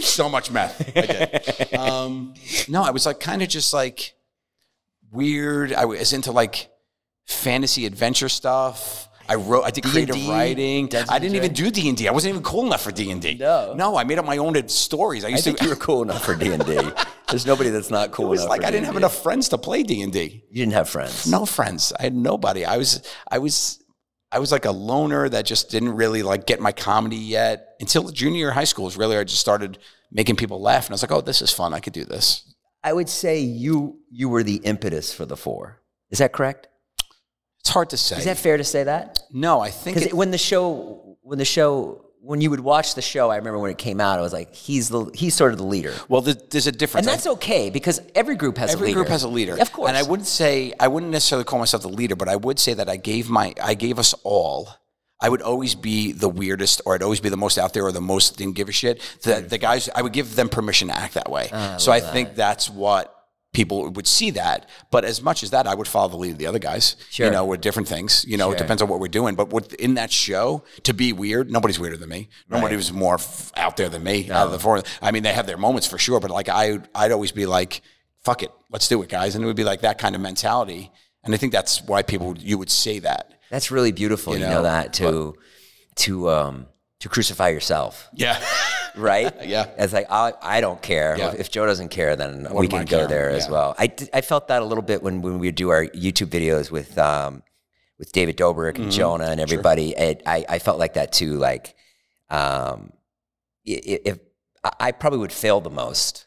Speaker 2: So much meth. I did. um, no, I was like kind of just like weird. I was into like fantasy adventure stuff. I wrote. I did creative
Speaker 3: D&D,
Speaker 2: writing.
Speaker 3: Dungeons
Speaker 2: I didn't
Speaker 3: and
Speaker 2: even do D and D. I wasn't even cool enough for D and D.
Speaker 3: No.
Speaker 2: No, I made up my own stories. I
Speaker 3: I
Speaker 2: used
Speaker 3: think
Speaker 2: to.
Speaker 3: you were cool enough for D and D. There's nobody that's not cool
Speaker 2: it was
Speaker 3: enough.
Speaker 2: like
Speaker 3: for
Speaker 2: I didn't have
Speaker 3: D&D.
Speaker 2: enough friends to play D and D.
Speaker 3: You didn't have friends.
Speaker 2: no friends. I had nobody. I was I was I was like a loner that just didn't really like get my comedy yet until junior year of high school is really where I just started making people laugh and I was like, oh, this is fun. I could do this.
Speaker 3: I would say you you were the impetus for the four. Is that correct?
Speaker 2: It's hard to say.
Speaker 3: Is that fair to say that?
Speaker 2: no, I think
Speaker 3: Because
Speaker 2: it-
Speaker 3: when the show, when the show, when you would watch the show, I remember when it came out, I was like, he's the he's sort of the leader,
Speaker 2: well, there- there's a
Speaker 3: and
Speaker 2: difference. I-
Speaker 3: that's okay because every group has
Speaker 2: Every
Speaker 3: a leader.
Speaker 2: group has a leader,
Speaker 3: of course.
Speaker 2: And I wouldn't say I wouldn't necessarily call myself the leader, but I would say that I gave my I gave us all. I would always be the weirdest, or I'd always be the most out there, or the most didn't give a shit. The
Speaker 3: Hmm.
Speaker 2: the guys, I would give them permission to act that way.
Speaker 3: Ah,
Speaker 2: so I think that's what people would see that. But as much as that, I would follow the lead of the other guys.
Speaker 3: Sure.
Speaker 2: You know, with different things. You know, it depends on what we're doing. But within that show, to be weird, nobody's weirder than me. Nobody was more f- out there than me. Out of the four, I mean, they have their moments for sure. But like, I I'd always be like, "Fuck it, let's do it, guys," and it would be like that kind of mentality. And I think that's why people you would say that.
Speaker 3: that's really beautiful. You, know,
Speaker 2: know,
Speaker 3: that to to um to crucify yourself,
Speaker 2: Yeah,
Speaker 3: right?
Speaker 2: Yeah.
Speaker 3: It's like I I don't care
Speaker 2: Yeah.
Speaker 3: if Joe doesn't care, then we
Speaker 2: am I
Speaker 3: can go
Speaker 2: caring?
Speaker 3: there as
Speaker 2: Yeah.
Speaker 3: well. I did- I felt that a little bit when when we do our YouTube videos with um with David Dobrik
Speaker 2: Mm-hmm.
Speaker 3: and Jonah and everybody. It, I I felt like that too. Like um, i- i- if I I probably would fail the most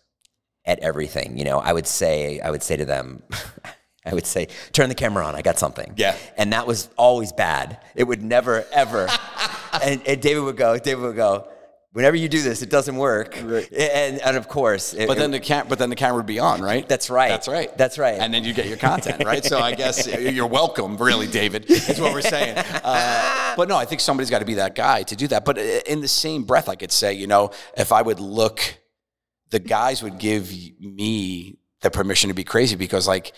Speaker 3: at everything, you know, I would say, I would say to them, I would say, turn the camera on. I got something.
Speaker 2: Yeah.
Speaker 3: And that was always bad. It would never, ever. and, and David would go, David would go, whenever you do this, it doesn't work.
Speaker 2: Right.
Speaker 3: And and of course, it,
Speaker 2: But then the cam- but then the camera would be on, right?
Speaker 3: That's right.
Speaker 2: That's right.
Speaker 3: That's right.
Speaker 2: And then you get your content, right? So I guess you're welcome, really, David. Is what we're saying. Uh, but no, I think somebody's got to be that guy to do that. But uh, in the same breath, I could say, you know, if I would look, the guys would give me the permission to be crazy because, like.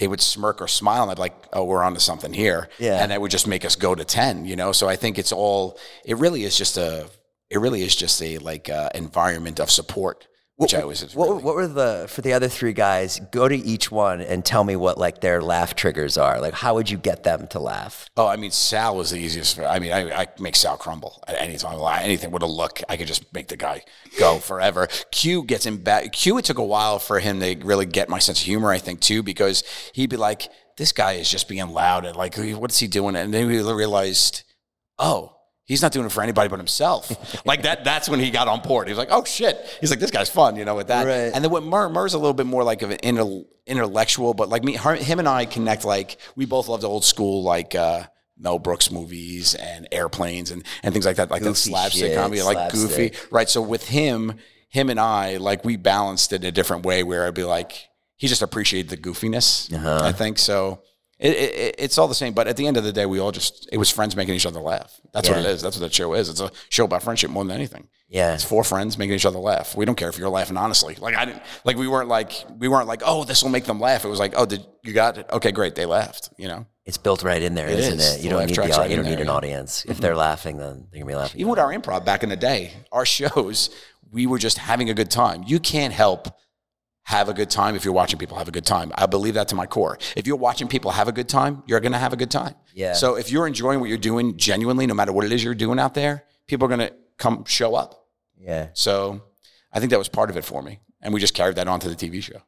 Speaker 2: They would smirk or smile, and I'd be like, "Oh, we're onto something here,"
Speaker 3: Yeah.
Speaker 2: and that would just make us go to ten, you know. So I think it's all. It really is just a. It really is just a like uh, environment of support, which I always.
Speaker 3: What,
Speaker 2: really-
Speaker 3: what were the for the other three guys? Go to each one and tell me what like their laugh triggers are. Like, how would you get them to laugh?
Speaker 2: Oh, I mean, Sal was the easiest. I mean, I, I make Sal crumble at any time. Like, Anything with a look, I could just make the guy go forever. Q gets him back. Q, it took a while for him to really get my sense of humor, I think, too, because he'd be like, this guy is just being loud and like, what's he doing? And then we realized, oh, he's not doing it for anybody but himself. like that, that's when he got on board. He was like, oh shit. He's like, this guy's fun, you know, with that.
Speaker 3: Right.
Speaker 2: And then with Murr, Murr's a little bit more like of an inter- intellectual, but like me, her, him and I connect like, we both love the old school, like, uh, Mel Brooks movies and airplanes and, and things like that, like the
Speaker 3: Goofy
Speaker 2: slapstick
Speaker 3: shit,
Speaker 2: comedy, like goofy,
Speaker 3: slapstick.
Speaker 2: right? So with him, him and I, like we balanced it a different way, where I'd be like, he just appreciated the goofiness,
Speaker 3: Uh-huh.
Speaker 2: I think. So it, it, it- it's all the same, but at the end of the day, we all just it was friends making each other laugh. That's what
Speaker 3: Yeah.
Speaker 2: it is. That's what that show is. It's a show about friendship more than anything.
Speaker 3: Yeah.
Speaker 2: It's four friends making each other laugh. We don't care if you're laughing honestly. Like I didn't like we weren't like we weren't like oh this will make them laugh. It was like oh did you got it okay great they laughed you know.
Speaker 3: It's built right in there,
Speaker 2: It
Speaker 3: isn't
Speaker 2: is.
Speaker 3: it?
Speaker 2: The
Speaker 3: You don't
Speaker 2: laugh
Speaker 3: need the,
Speaker 2: track's
Speaker 3: au-
Speaker 2: right
Speaker 3: you
Speaker 2: in
Speaker 3: don't need
Speaker 2: there,
Speaker 3: an
Speaker 2: yeah. Mm-hmm.
Speaker 3: audience. If they're laughing, then they're gonna be laughing.
Speaker 2: even with our improv back in the day, our shows, we were just having a good time. You can't help have a good time if you're watching people have a good time. I believe that to my core. If you're watching people have a good time, you're going to have a good time.
Speaker 3: Yeah.
Speaker 2: So if you're enjoying what you're doing genuinely, no matter what it is you're doing out there, people are going to come show up.
Speaker 3: Yeah.
Speaker 2: So I think that was part of it for me. And we just carried that on to the TV show.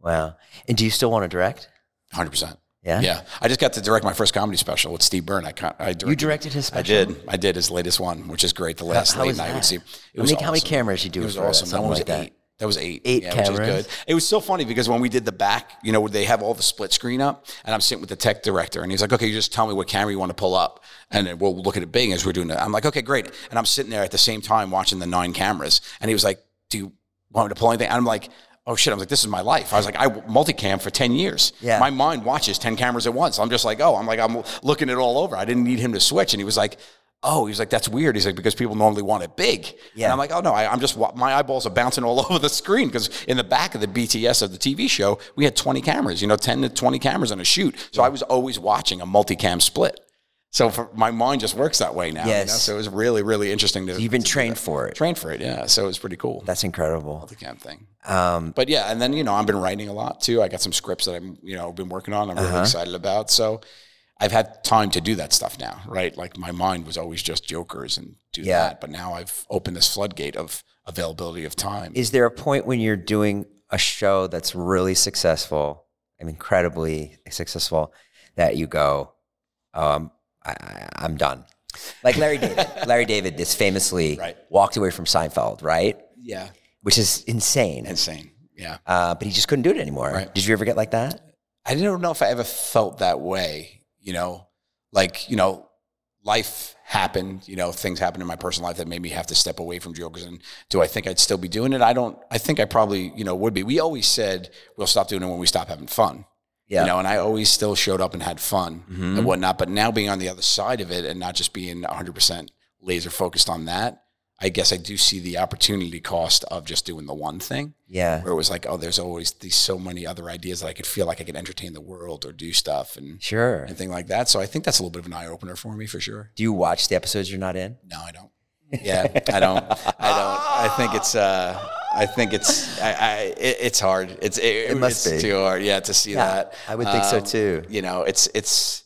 Speaker 3: Wow. And do you still want to direct?
Speaker 2: 100%.
Speaker 3: Yeah.
Speaker 2: Yeah. I just got to direct my first comedy special with Steve Byrne. I, con- I
Speaker 3: You
Speaker 2: directed.
Speaker 3: directed his special.
Speaker 2: I did. I did his latest one, which is great. The last
Speaker 3: how
Speaker 2: late
Speaker 3: was
Speaker 2: night
Speaker 3: that?
Speaker 2: with Steve.
Speaker 3: How many, how many
Speaker 2: awesome.
Speaker 3: cameras you do?
Speaker 2: It was
Speaker 3: for
Speaker 2: awesome. That
Speaker 3: something
Speaker 2: one was
Speaker 3: like
Speaker 2: eight. That was eight.
Speaker 3: Eight
Speaker 2: yeah, which is
Speaker 3: cameras.
Speaker 2: good. It was so funny because when we did the back, you know, where they have all the split screen up, and I'm sitting with the tech director, and he's like, "Okay, you just tell me what camera you want to pull up, and then we'll look at it big as we're doing it." I'm like, "Okay, great." And I'm sitting there at the same time watching the nine cameras, and he was like, "Do you want me to pull anything?" And I'm like. Oh shit! I was like, this is my life. I was like, I multicam for ten years.
Speaker 3: Yeah.
Speaker 2: My mind watches ten cameras at once. I'm just like, oh, I'm like, I'm looking it all over. I didn't need him to switch. And he was like, oh, he was like, that's weird. He's like, because people normally want it big.
Speaker 3: Yeah.
Speaker 2: And I'm like, oh no, I, I'm just wa- my eyeballs are bouncing all over the screen because in the back of the BTS of the TV show, we had 20 cameras, you know, 10 to 20 cameras on a shoot. So I was always watching a multicam split. So for, my mind just works that way now. you know?
Speaker 3: Yes.
Speaker 2: So it was really, really interesting to
Speaker 3: You've been trained for it.
Speaker 2: train for it. Yeah. So it was pretty cool.
Speaker 3: That's incredible.
Speaker 2: multicam thing. Um, but yeah, and then you know I've been writing a lot too. I got some scripts that I'm you know been working on. I'm really excited about. So I've had time to do that stuff now, right? Like my mind was always just jokers and do
Speaker 3: Yeah.
Speaker 2: that, but now I've opened this floodgate of availability of time.
Speaker 3: Is there a point when you're doing a show that's really successful, I'm incredibly successful, that you go, um, I, I, I'm done? Like Larry David. Larry David, this famously
Speaker 2: Right.
Speaker 3: walked away from Seinfeld, right?
Speaker 2: yeah,
Speaker 3: Which is insane.
Speaker 2: insane. Yeah,
Speaker 3: Uh, but he just couldn't do it anymore.
Speaker 2: Right.
Speaker 3: Did you ever get like that?
Speaker 2: I don't know if I ever felt that way. You know, like you know, life happened. You know, things happened in my personal life that made me have to step away from jokers. And do I think I'd still be doing it? I don't. I think I probably you know would be. We always said we'll stop doing it when we stop having fun.
Speaker 3: Yeah.
Speaker 2: You know, and I always still showed up and had fun and whatnot. But now being on the other side of it and not just being 100% laser focused on that, I guess I do see the opportunity cost of just doing the one thing
Speaker 3: Yeah.
Speaker 2: where it was like, oh, there's always these so many other ideas that I could feel like I could entertain the world or do stuff and
Speaker 3: Sure.
Speaker 2: and thing like that. So I think that's a little bit of an eye opener for me for sure.
Speaker 3: Do you watch the episodes you're not in?
Speaker 2: No, I don't. Yeah, I don't. I don't. I think it's. uh I think it's. I. I it, it's hard. It's. It,
Speaker 3: It must
Speaker 2: it's
Speaker 3: be.
Speaker 2: too hard. Yeah, to see that. Um,
Speaker 3: I would think so too.
Speaker 2: You know, it's. It's.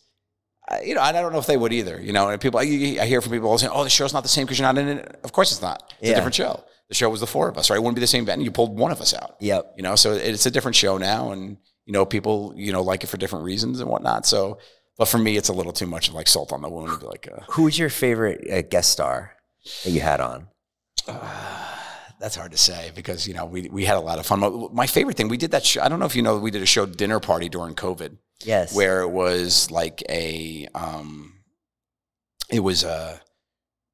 Speaker 2: I- You know, and I don't know if they would either. You know, and people, I, I hear from people all saying, "Oh, the show's not the same because you're not in it." Of course, it's not. It's a
Speaker 3: Yeah.
Speaker 2: different show. The show was the four of us, right? It wouldn't be the same venue. You pulled one of us out.
Speaker 3: Yep.
Speaker 2: You know, so it's a different show now, and you know, people, you know, like it for different reasons and whatnot. So, but for me, it's a little too much of like salt on the wound. to be Like, uh,
Speaker 3: Who was your favorite uh, guest star that you had on?
Speaker 2: That's hard to say because you know we we had a lot of fun. My, my favorite thing we did that show. I don't know if you know we did a show dinner party during COVID
Speaker 3: Yes.
Speaker 2: where it was like a um, it was uh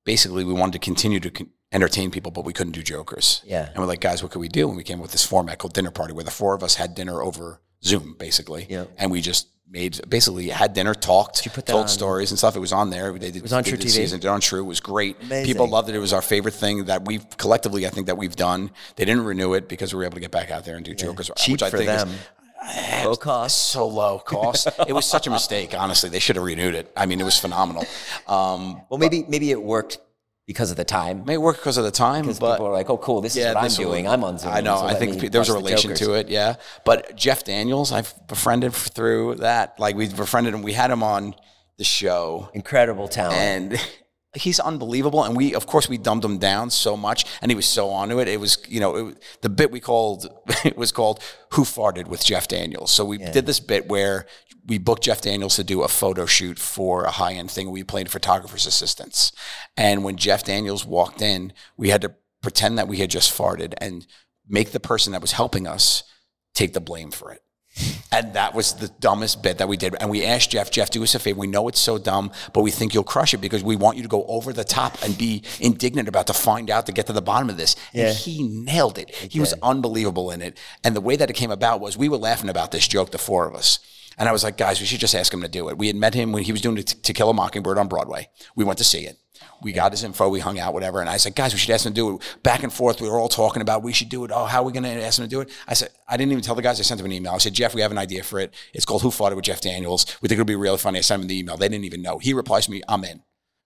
Speaker 2: basically we wanted to continue to con- entertain people, but we couldn't do jokers.
Speaker 3: Yeah.
Speaker 2: And we're like, guys, what could we do? And we came up with this format called Dinner Party, where the four of us had dinner over Zoom, basically.
Speaker 3: Yeah.
Speaker 2: And we just made basically had dinner, talked,
Speaker 3: put that
Speaker 2: told
Speaker 3: on-
Speaker 2: stories and stuff. It was on there. They did, it
Speaker 3: was on True TV?
Speaker 2: Season. Did it on True. It was great.
Speaker 3: Amazing.
Speaker 2: People loved it. It was our favorite thing that we've collectively, I think, that we've done. They didn't renew it because we were able to get back out there and do jokers,
Speaker 3: Cheap
Speaker 2: which I
Speaker 3: for
Speaker 2: think
Speaker 3: them.
Speaker 2: is
Speaker 3: Low cost.
Speaker 2: so low cost. it was such a mistake, honestly. They should have renewed it. I mean, it was phenomenal. Um,
Speaker 3: Well, maybe maybe it worked because of the time.
Speaker 2: may work because of the time,
Speaker 3: Because
Speaker 2: but
Speaker 3: people are like, "Oh, cool, this is what I'm
Speaker 2: this will-
Speaker 3: doing. I'm on Zoom."
Speaker 2: I know.
Speaker 3: so
Speaker 2: I
Speaker 3: let
Speaker 2: think
Speaker 3: me
Speaker 2: pe- there's a
Speaker 3: bust the
Speaker 2: relation
Speaker 3: jokers."
Speaker 2: to it. Yeah. But Jeff Daniels, I've befriended f- through that. Like we befriended him. We had him on the show,
Speaker 3: Incredible talent.
Speaker 2: and he's unbelievable. And we, of course, we dumbed him down so much, and he was so onto it. It was, you know, it, the bit we called it was called "Who Farted" with Jeff Daniels. So we did this bit where we booked Jeff Daniels to do a photo shoot for a high end thing. We played photographer's assistants, and when Jeff Daniels walked in, we had to pretend that we had just farted and make the person that was helping us take the blame for it. And that was the dumbest bit that we did. And we asked Jeff, Jeff, do us a favor. We know it's so dumb, but we think you'll crush it because we want you to go over the top and be indignant about to find out to get to the bottom of this.
Speaker 3: Yeah.
Speaker 2: And he nailed it. He was unbelievable in it. And the way that it came about was we were laughing about this joke, the four of us. And I was like, guys, we should just ask him to do it. We had met him when he was doing To Kill a Mockingbird on Broadway. We went to see it. We got his info. We hung out, whatever. And I said, guys, we should ask him to do it. Back and forth, we were all talking about we should do it. Oh, how are we going to ask him to do it? I said, I didn't even tell the guys. I sent him an email. I said, Jeff, we have an idea for it. It's called Who Fought It with Jeff Daniels. We think it'll be really funny. I sent him the email. They didn't even know. He replies to me, I'm in.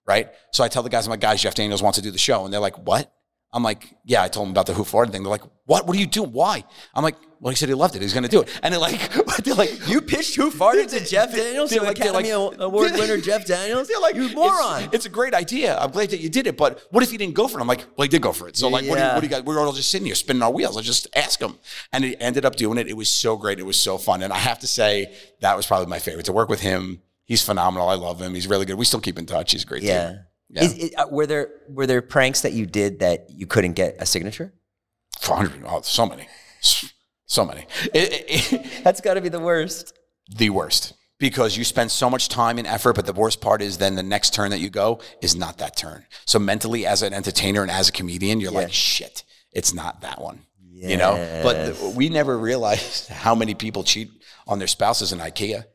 Speaker 2: Right. So I tell the guys, I'm like, guys, Jeff Daniels wants to do the show. And they're like, what? I'm like, yeah, I told him about the Who Farted thing. They're like, what? What are you doing? Why? I'm like, well, he said he loved it. He's going to do it. And they're like, they're like,
Speaker 3: You pitched who farted to Jeff Daniels,
Speaker 2: they're
Speaker 3: to
Speaker 2: like- they're
Speaker 3: Academy
Speaker 2: like-
Speaker 3: Award winner Jeff Daniels.
Speaker 2: They're like,
Speaker 3: you
Speaker 2: "It's-
Speaker 3: moron.
Speaker 2: It's, a great idea. I'm glad that you did it, but what if he didn't go for it? I'm like, well, he did go for it. So like, what, do you,
Speaker 3: Yeah.
Speaker 2: what do you guys? We were all just sitting here spinning our wheels. I just ask him, and he ended up doing it. It was so great. It was so fun, and I have to say that was probably my favorite to work with him. He's phenomenal. I love him. He's really good. We still keep in touch. He's a great.
Speaker 3: yeah.
Speaker 2: dude.
Speaker 3: Is, is, uh, were there were there pranks that you did that you couldn't get a signature?
Speaker 2: 400. Oh, so many, so many. It- it- it-
Speaker 3: That's got to be the worst.
Speaker 2: the worst because you spend so much time and effort but the worst part is then the next turn that you go is not that turn so mentally as an entertainer and as a comedian you're like
Speaker 3: Yeah.
Speaker 2: shit it's not that one you know but th- we never realized how many people cheat on their spouses in ikea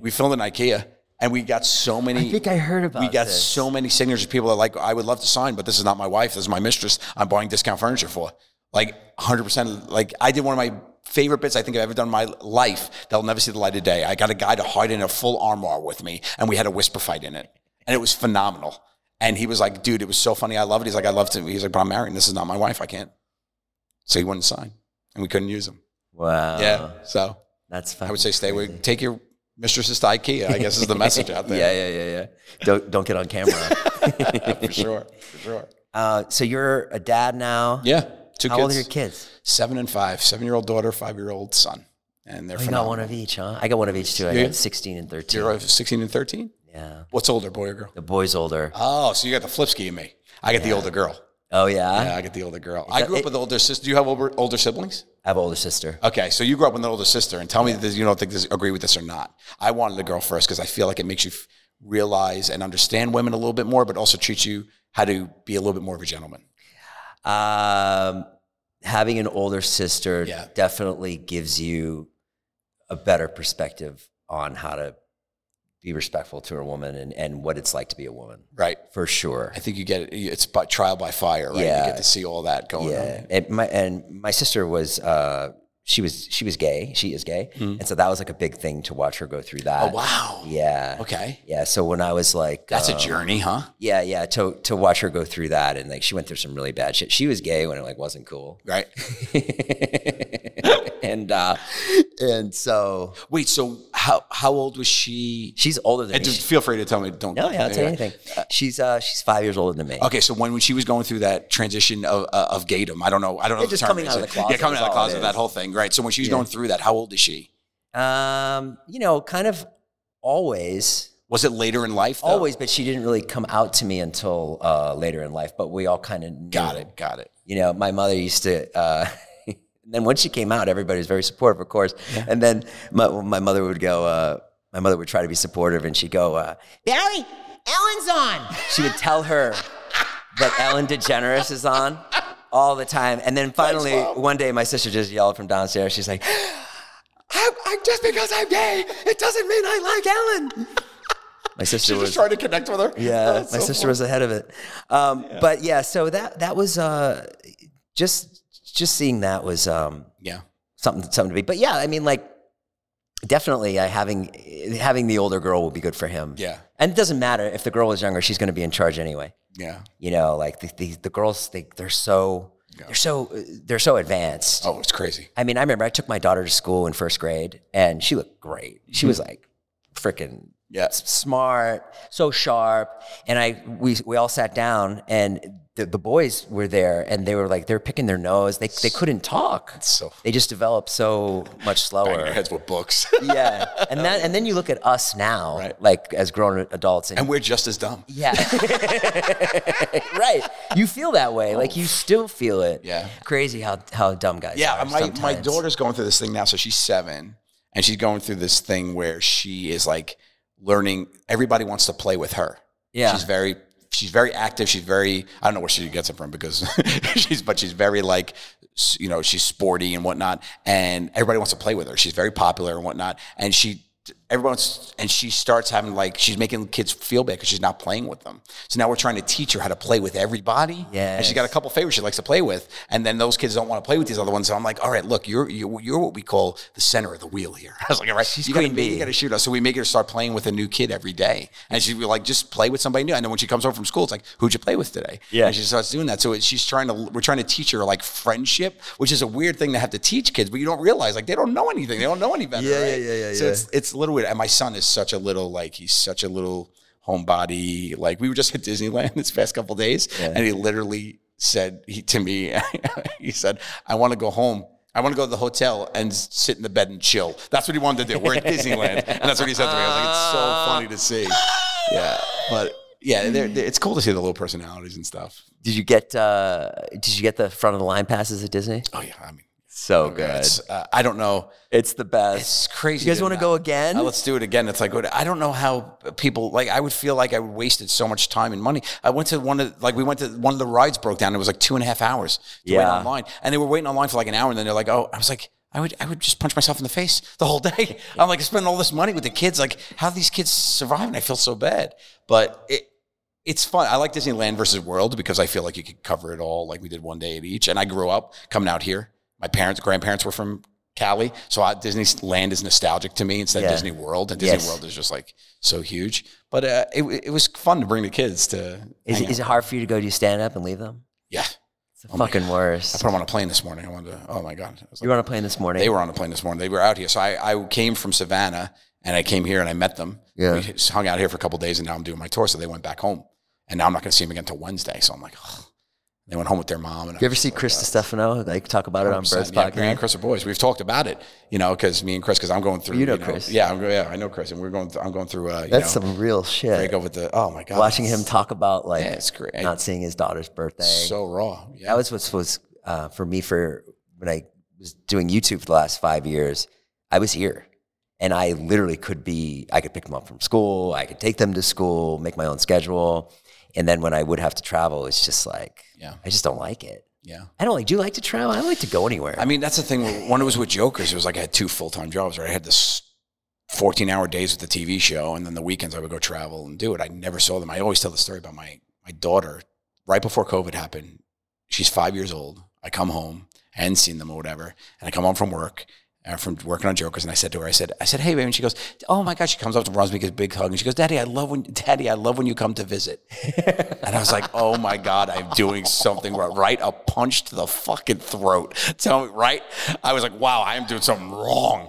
Speaker 2: we filmed in ikea and we got so many
Speaker 3: I think I heard about.
Speaker 2: we got
Speaker 3: this.
Speaker 2: so many signatures. People are like, I would love to sign, but this is not my wife. This is my mistress. I'm buying discount furniture for. Like 100%. Like I did one of my favorite bits I think I've ever done in my life that'll never see the light of day. I got a guy to hide in a full armoire with me and we had a whisper fight in it. And it was phenomenal. And he was like, dude, it was so funny. I love it. He's like, I love to. He's like, but I'm married and this is not my wife. I can't. So he wouldn't sign and we couldn't use him.
Speaker 3: Wow.
Speaker 2: yeah. So
Speaker 3: That's.
Speaker 2: I would say stay away. Take your mistresses to Ikea, I guess is the message out there.
Speaker 3: Yeah, yeah, yeah, yeah. Don't don't get on camera.
Speaker 2: For sure. For sure.
Speaker 3: uh, so you're a dad now.
Speaker 2: Yeah. Two
Speaker 3: How
Speaker 2: kids.
Speaker 3: old are your kids?
Speaker 2: seven and five, seven year old daughter, five year old son. And they're
Speaker 3: I Oh, got one
Speaker 2: phenomenal.
Speaker 3: of each, huh? I got one of each too. I
Speaker 2: Yeah.
Speaker 3: got 16 and 13.
Speaker 2: You're 16 and 13?
Speaker 3: Yeah.
Speaker 2: What's older, boy or girl?
Speaker 3: The boy's older.
Speaker 2: Oh, so you got the flip ski in me. I got the older girl.
Speaker 3: Oh yeah.
Speaker 2: Yeah, I got the older girl. I
Speaker 3: that-
Speaker 2: grew up
Speaker 3: it-
Speaker 2: with older sister. Do you have older, older siblings?
Speaker 3: I have an older sister.
Speaker 2: Okay, so you grew up with an older sister, and tell me that you don't think this, agree with this or not. I wanted a girl first because I feel like it makes you f- realize and understand women a little bit more, but also teach you how to be a little bit more of a gentleman.
Speaker 3: Um, having an older sister
Speaker 2: Yeah.
Speaker 3: definitely gives you a better perspective on how to be respectful to a woman and, and what it's like to be a woman,
Speaker 2: Right.
Speaker 3: for sure.
Speaker 2: I think you get it. It's by trial by fire, right?
Speaker 3: Yeah.
Speaker 2: You get to see all that going
Speaker 3: Yeah,
Speaker 2: on.
Speaker 3: and my and my sister was uh, she was she was gay. She is gay, and so that was like a big thing to watch her go through that.
Speaker 2: Oh, wow.
Speaker 3: Yeah.
Speaker 2: Okay.
Speaker 3: Yeah. So when I was like,
Speaker 2: That's a
Speaker 3: um,
Speaker 2: journey, huh?
Speaker 3: Yeah, yeah. To to watch her go through that and like she went through some really bad shit. She was gay when it like wasn't cool.
Speaker 2: Right.
Speaker 3: and uh and so
Speaker 2: Wait. So how how old was she?
Speaker 3: she's older than
Speaker 2: And
Speaker 3: me.
Speaker 2: just feel free to tell me. Don't.
Speaker 3: no, yeah, I'll tell you anything. She's uh she's five years older than me.
Speaker 2: Okay, so when, when she was going through that transition of uh, of gaydom, I don't know, I don't know.
Speaker 3: Yeah,
Speaker 2: the
Speaker 3: just
Speaker 2: term
Speaker 3: coming
Speaker 2: is.
Speaker 3: out of the closet
Speaker 2: Yeah, coming
Speaker 3: is
Speaker 2: out of the
Speaker 3: all it
Speaker 2: closet, that
Speaker 3: is.
Speaker 2: whole thing, right? So when she's going through that, how old is she?
Speaker 3: Um, you know, kind of always
Speaker 2: Was it later in life? Though?
Speaker 3: always, but she didn't really come out to me until uh later in life, but we all kind of
Speaker 2: Got it. Got it.
Speaker 3: you know, my mother used to. Uh, and then once she came out, everybody was very supportive, of course. And then my, my mother would go. Uh, my mother would try to be supportive, and she'd go, uh, "Barry, Ellen's on." She would tell her. that Ellen DeGeneres is on all the time. And then finally,
Speaker 2: Mom.
Speaker 3: one day, my sister just yelled from downstairs. She's like, I, I, just because I'm gay, it doesn't mean I like Ellen. My sister
Speaker 2: She
Speaker 3: was
Speaker 2: just tried to connect with her.
Speaker 3: yeah,
Speaker 2: That's
Speaker 3: my
Speaker 2: so
Speaker 3: sister
Speaker 2: funny.
Speaker 3: was ahead of it. Um, But yeah, so that that was uh, just just seeing that was um,
Speaker 2: Yeah.
Speaker 3: something something to be. But yeah, I mean, like definitely, uh, having having the older girl will be good for him.
Speaker 2: Yeah.
Speaker 3: and it doesn't matter if the girl is younger; she's going to be in charge anyway.
Speaker 2: Yeah.
Speaker 3: You know, like the the, the girls, they they're so they're so they're so advanced.
Speaker 2: Oh, it's crazy.
Speaker 3: I mean, I remember I took my daughter to school in first grade, and she looked great. She was like freaking
Speaker 2: Yeah.
Speaker 3: s- smart, so sharp. And I we we all sat down, and the, the boys were there, and they were like they were picking their nose. They they couldn't talk.
Speaker 2: so-
Speaker 3: they just developed so much
Speaker 2: Banging their
Speaker 3: slower.
Speaker 2: heads with books.
Speaker 3: Yeah, and that and then you look at us now,
Speaker 2: Right.
Speaker 3: like as grown adults, and,
Speaker 2: and we're just as dumb.
Speaker 3: yeah, right. You feel that way, like you still feel it.
Speaker 2: Yeah.
Speaker 3: crazy how how dumb guys.
Speaker 2: Yeah,
Speaker 3: are
Speaker 2: my my
Speaker 3: sometimes.
Speaker 2: daughter's going through this thing now. So she's seven, and she's going through this thing where she is like learning. Everybody wants to play with her.
Speaker 3: Yeah.
Speaker 2: she's very she's very active. She's very I don't know where she gets it from because she's but she's very like s- you know she's sporty and whatnot, and everybody wants to play with her. She's very popular and whatnot, and she. Everyone's and she starts having like she's making kids feel bad because she's not playing with them. So now we're trying to teach her how to play with everybody. and she's got a
Speaker 3: Yes.
Speaker 2: couple favorites she likes to play with, and then those kids don't want to play with these other ones. So I'm like, all right, look, you're you're, you're what we call the center of the wheel here. I was like, all right, she's you
Speaker 3: queen
Speaker 2: gotta,
Speaker 3: bee.
Speaker 2: You got to shoot us. So we make her start playing with a new kid every day, and she would like just play with somebody new. And then when she comes home from school, it's like, who'd you play with today?
Speaker 1: Yeah.
Speaker 2: and she starts doing that. So it, she's trying to we're trying to teach her like friendship, which is a weird thing to have to teach kids, but you don't realize like they don't know anything, they don't know any better.
Speaker 3: Yeah,
Speaker 2: right?
Speaker 3: yeah, yeah, yeah,
Speaker 2: So
Speaker 3: yeah.
Speaker 2: it's it's a little weird. And my son is such a little like he's such a little homebody. Like we were just at Disneyland this past couple days, and he literally said he, to me, he said, "I want to go home." I want to go to the hotel and s- sit in the bed and chill. That's what he wanted to do. We're at Disneyland, and that's what he said to me. I was like, "It's so funny to see." Yeah, but yeah, they're, they're- it's cool to see the little personalities and stuff.
Speaker 3: Did you get uh, Did you get the front of the line passes at Disney?
Speaker 2: Oh yeah, I mean,
Speaker 3: So good.
Speaker 2: it's,
Speaker 3: It's,
Speaker 2: uh, I don't know.
Speaker 3: the best.
Speaker 2: It's crazy.
Speaker 3: You guys
Speaker 2: to
Speaker 3: want to
Speaker 2: not-
Speaker 3: go again?
Speaker 2: Uh, let's do it again. It's like what- I don't know how people like. I would feel like I wasted so much time and money. I went to one of like we went to one of the rides broke down. It was like two and a half hours to wait
Speaker 3: Yeah.
Speaker 2: online, and they were waiting online for like an hour, and then they're like, "Oh," I was like. I would, I would just punch myself in the face the whole day. I'm like spending all this money with the kids. Like, how do these kids survive? And I feel so bad. But it, it's fun. I like Disneyland versus World because I feel like you could cover it all. Like we did one day at each. And I grew up coming out here. My parents, grandparents were from Cali, so I, Disneyland is nostalgic to me instead
Speaker 3: Yeah.
Speaker 2: of Disney World. And Disney
Speaker 3: Yes.
Speaker 2: World is just like so huge. But uh, it, it was fun to bring the kids to.
Speaker 3: Is,
Speaker 2: hang out. Oh
Speaker 3: is it hard for you to go? Do you stand up and leave them?
Speaker 2: yeah,
Speaker 3: It's the fucking
Speaker 2: I
Speaker 3: worst.
Speaker 2: put them on a plane this morning. I wanted to. Oh my god, I was like,
Speaker 3: You were on a plane this morning.
Speaker 2: they were on a plane this morning. They were out here, so I, I came from Savannah and I came here and I met them.
Speaker 3: Yeah.
Speaker 2: we just hung out here for a couple of days, and now I'm doing my tour. So they went back home, and now I'm not going to see them again until Wednesday. So I'm like, oh. they went home with their mom. And
Speaker 3: you ever see Chris DiStefano? Like talk about it on Bird's
Speaker 2: yeah, Me
Speaker 3: podcast.
Speaker 2: and Chris are boys. We've talked about it, you know, because me and Chris, because I'm going through.
Speaker 3: You know Chris.
Speaker 2: Yeah, I'm, yeah, I know Chris, and we're going. Th- I'm going through. Uh, you
Speaker 3: That's
Speaker 2: know,
Speaker 3: some real shit.
Speaker 2: break up with the. Oh my god,
Speaker 3: Watching
Speaker 2: it's
Speaker 3: him talk about like
Speaker 2: Yeah, it's great.
Speaker 3: not seeing his daughter's birthday.
Speaker 2: so raw. Yeah,
Speaker 3: that was what was uh, for me for when I was doing YouTube for the last five years. I was here, and I literally could be. I could pick them up from school. I could take them to school, make my own schedule, and then when I would have to travel, it's just like
Speaker 2: Yeah.
Speaker 3: I just don't like it.
Speaker 2: yeah.
Speaker 3: I don't like. Do you like to travel? I don't like to go anywhere.
Speaker 2: I mean, that's the thing. When it was with Jokers, it was like I had two full time jobs, right? I had this 14 hour days with the TV show, and then the weekends I would go travel and do it. I never saw them. I always tell the story about my, my daughter right before COVID happened. She's five years old. I come home, I hadn't seen them or whatever. And I come home from work, uh, from working on Jokers, and I said to her, I said, I said, hey, baby. And she goes, oh my God. She comes up to runs me, gives a big hug. And she goes, Daddy, I love when, Daddy, I love when you come to visit. And I was like, oh my God, I'm doing something right. Right? A punch to the fucking throat. Tell me, right? I was like, wow, I am doing something wrong.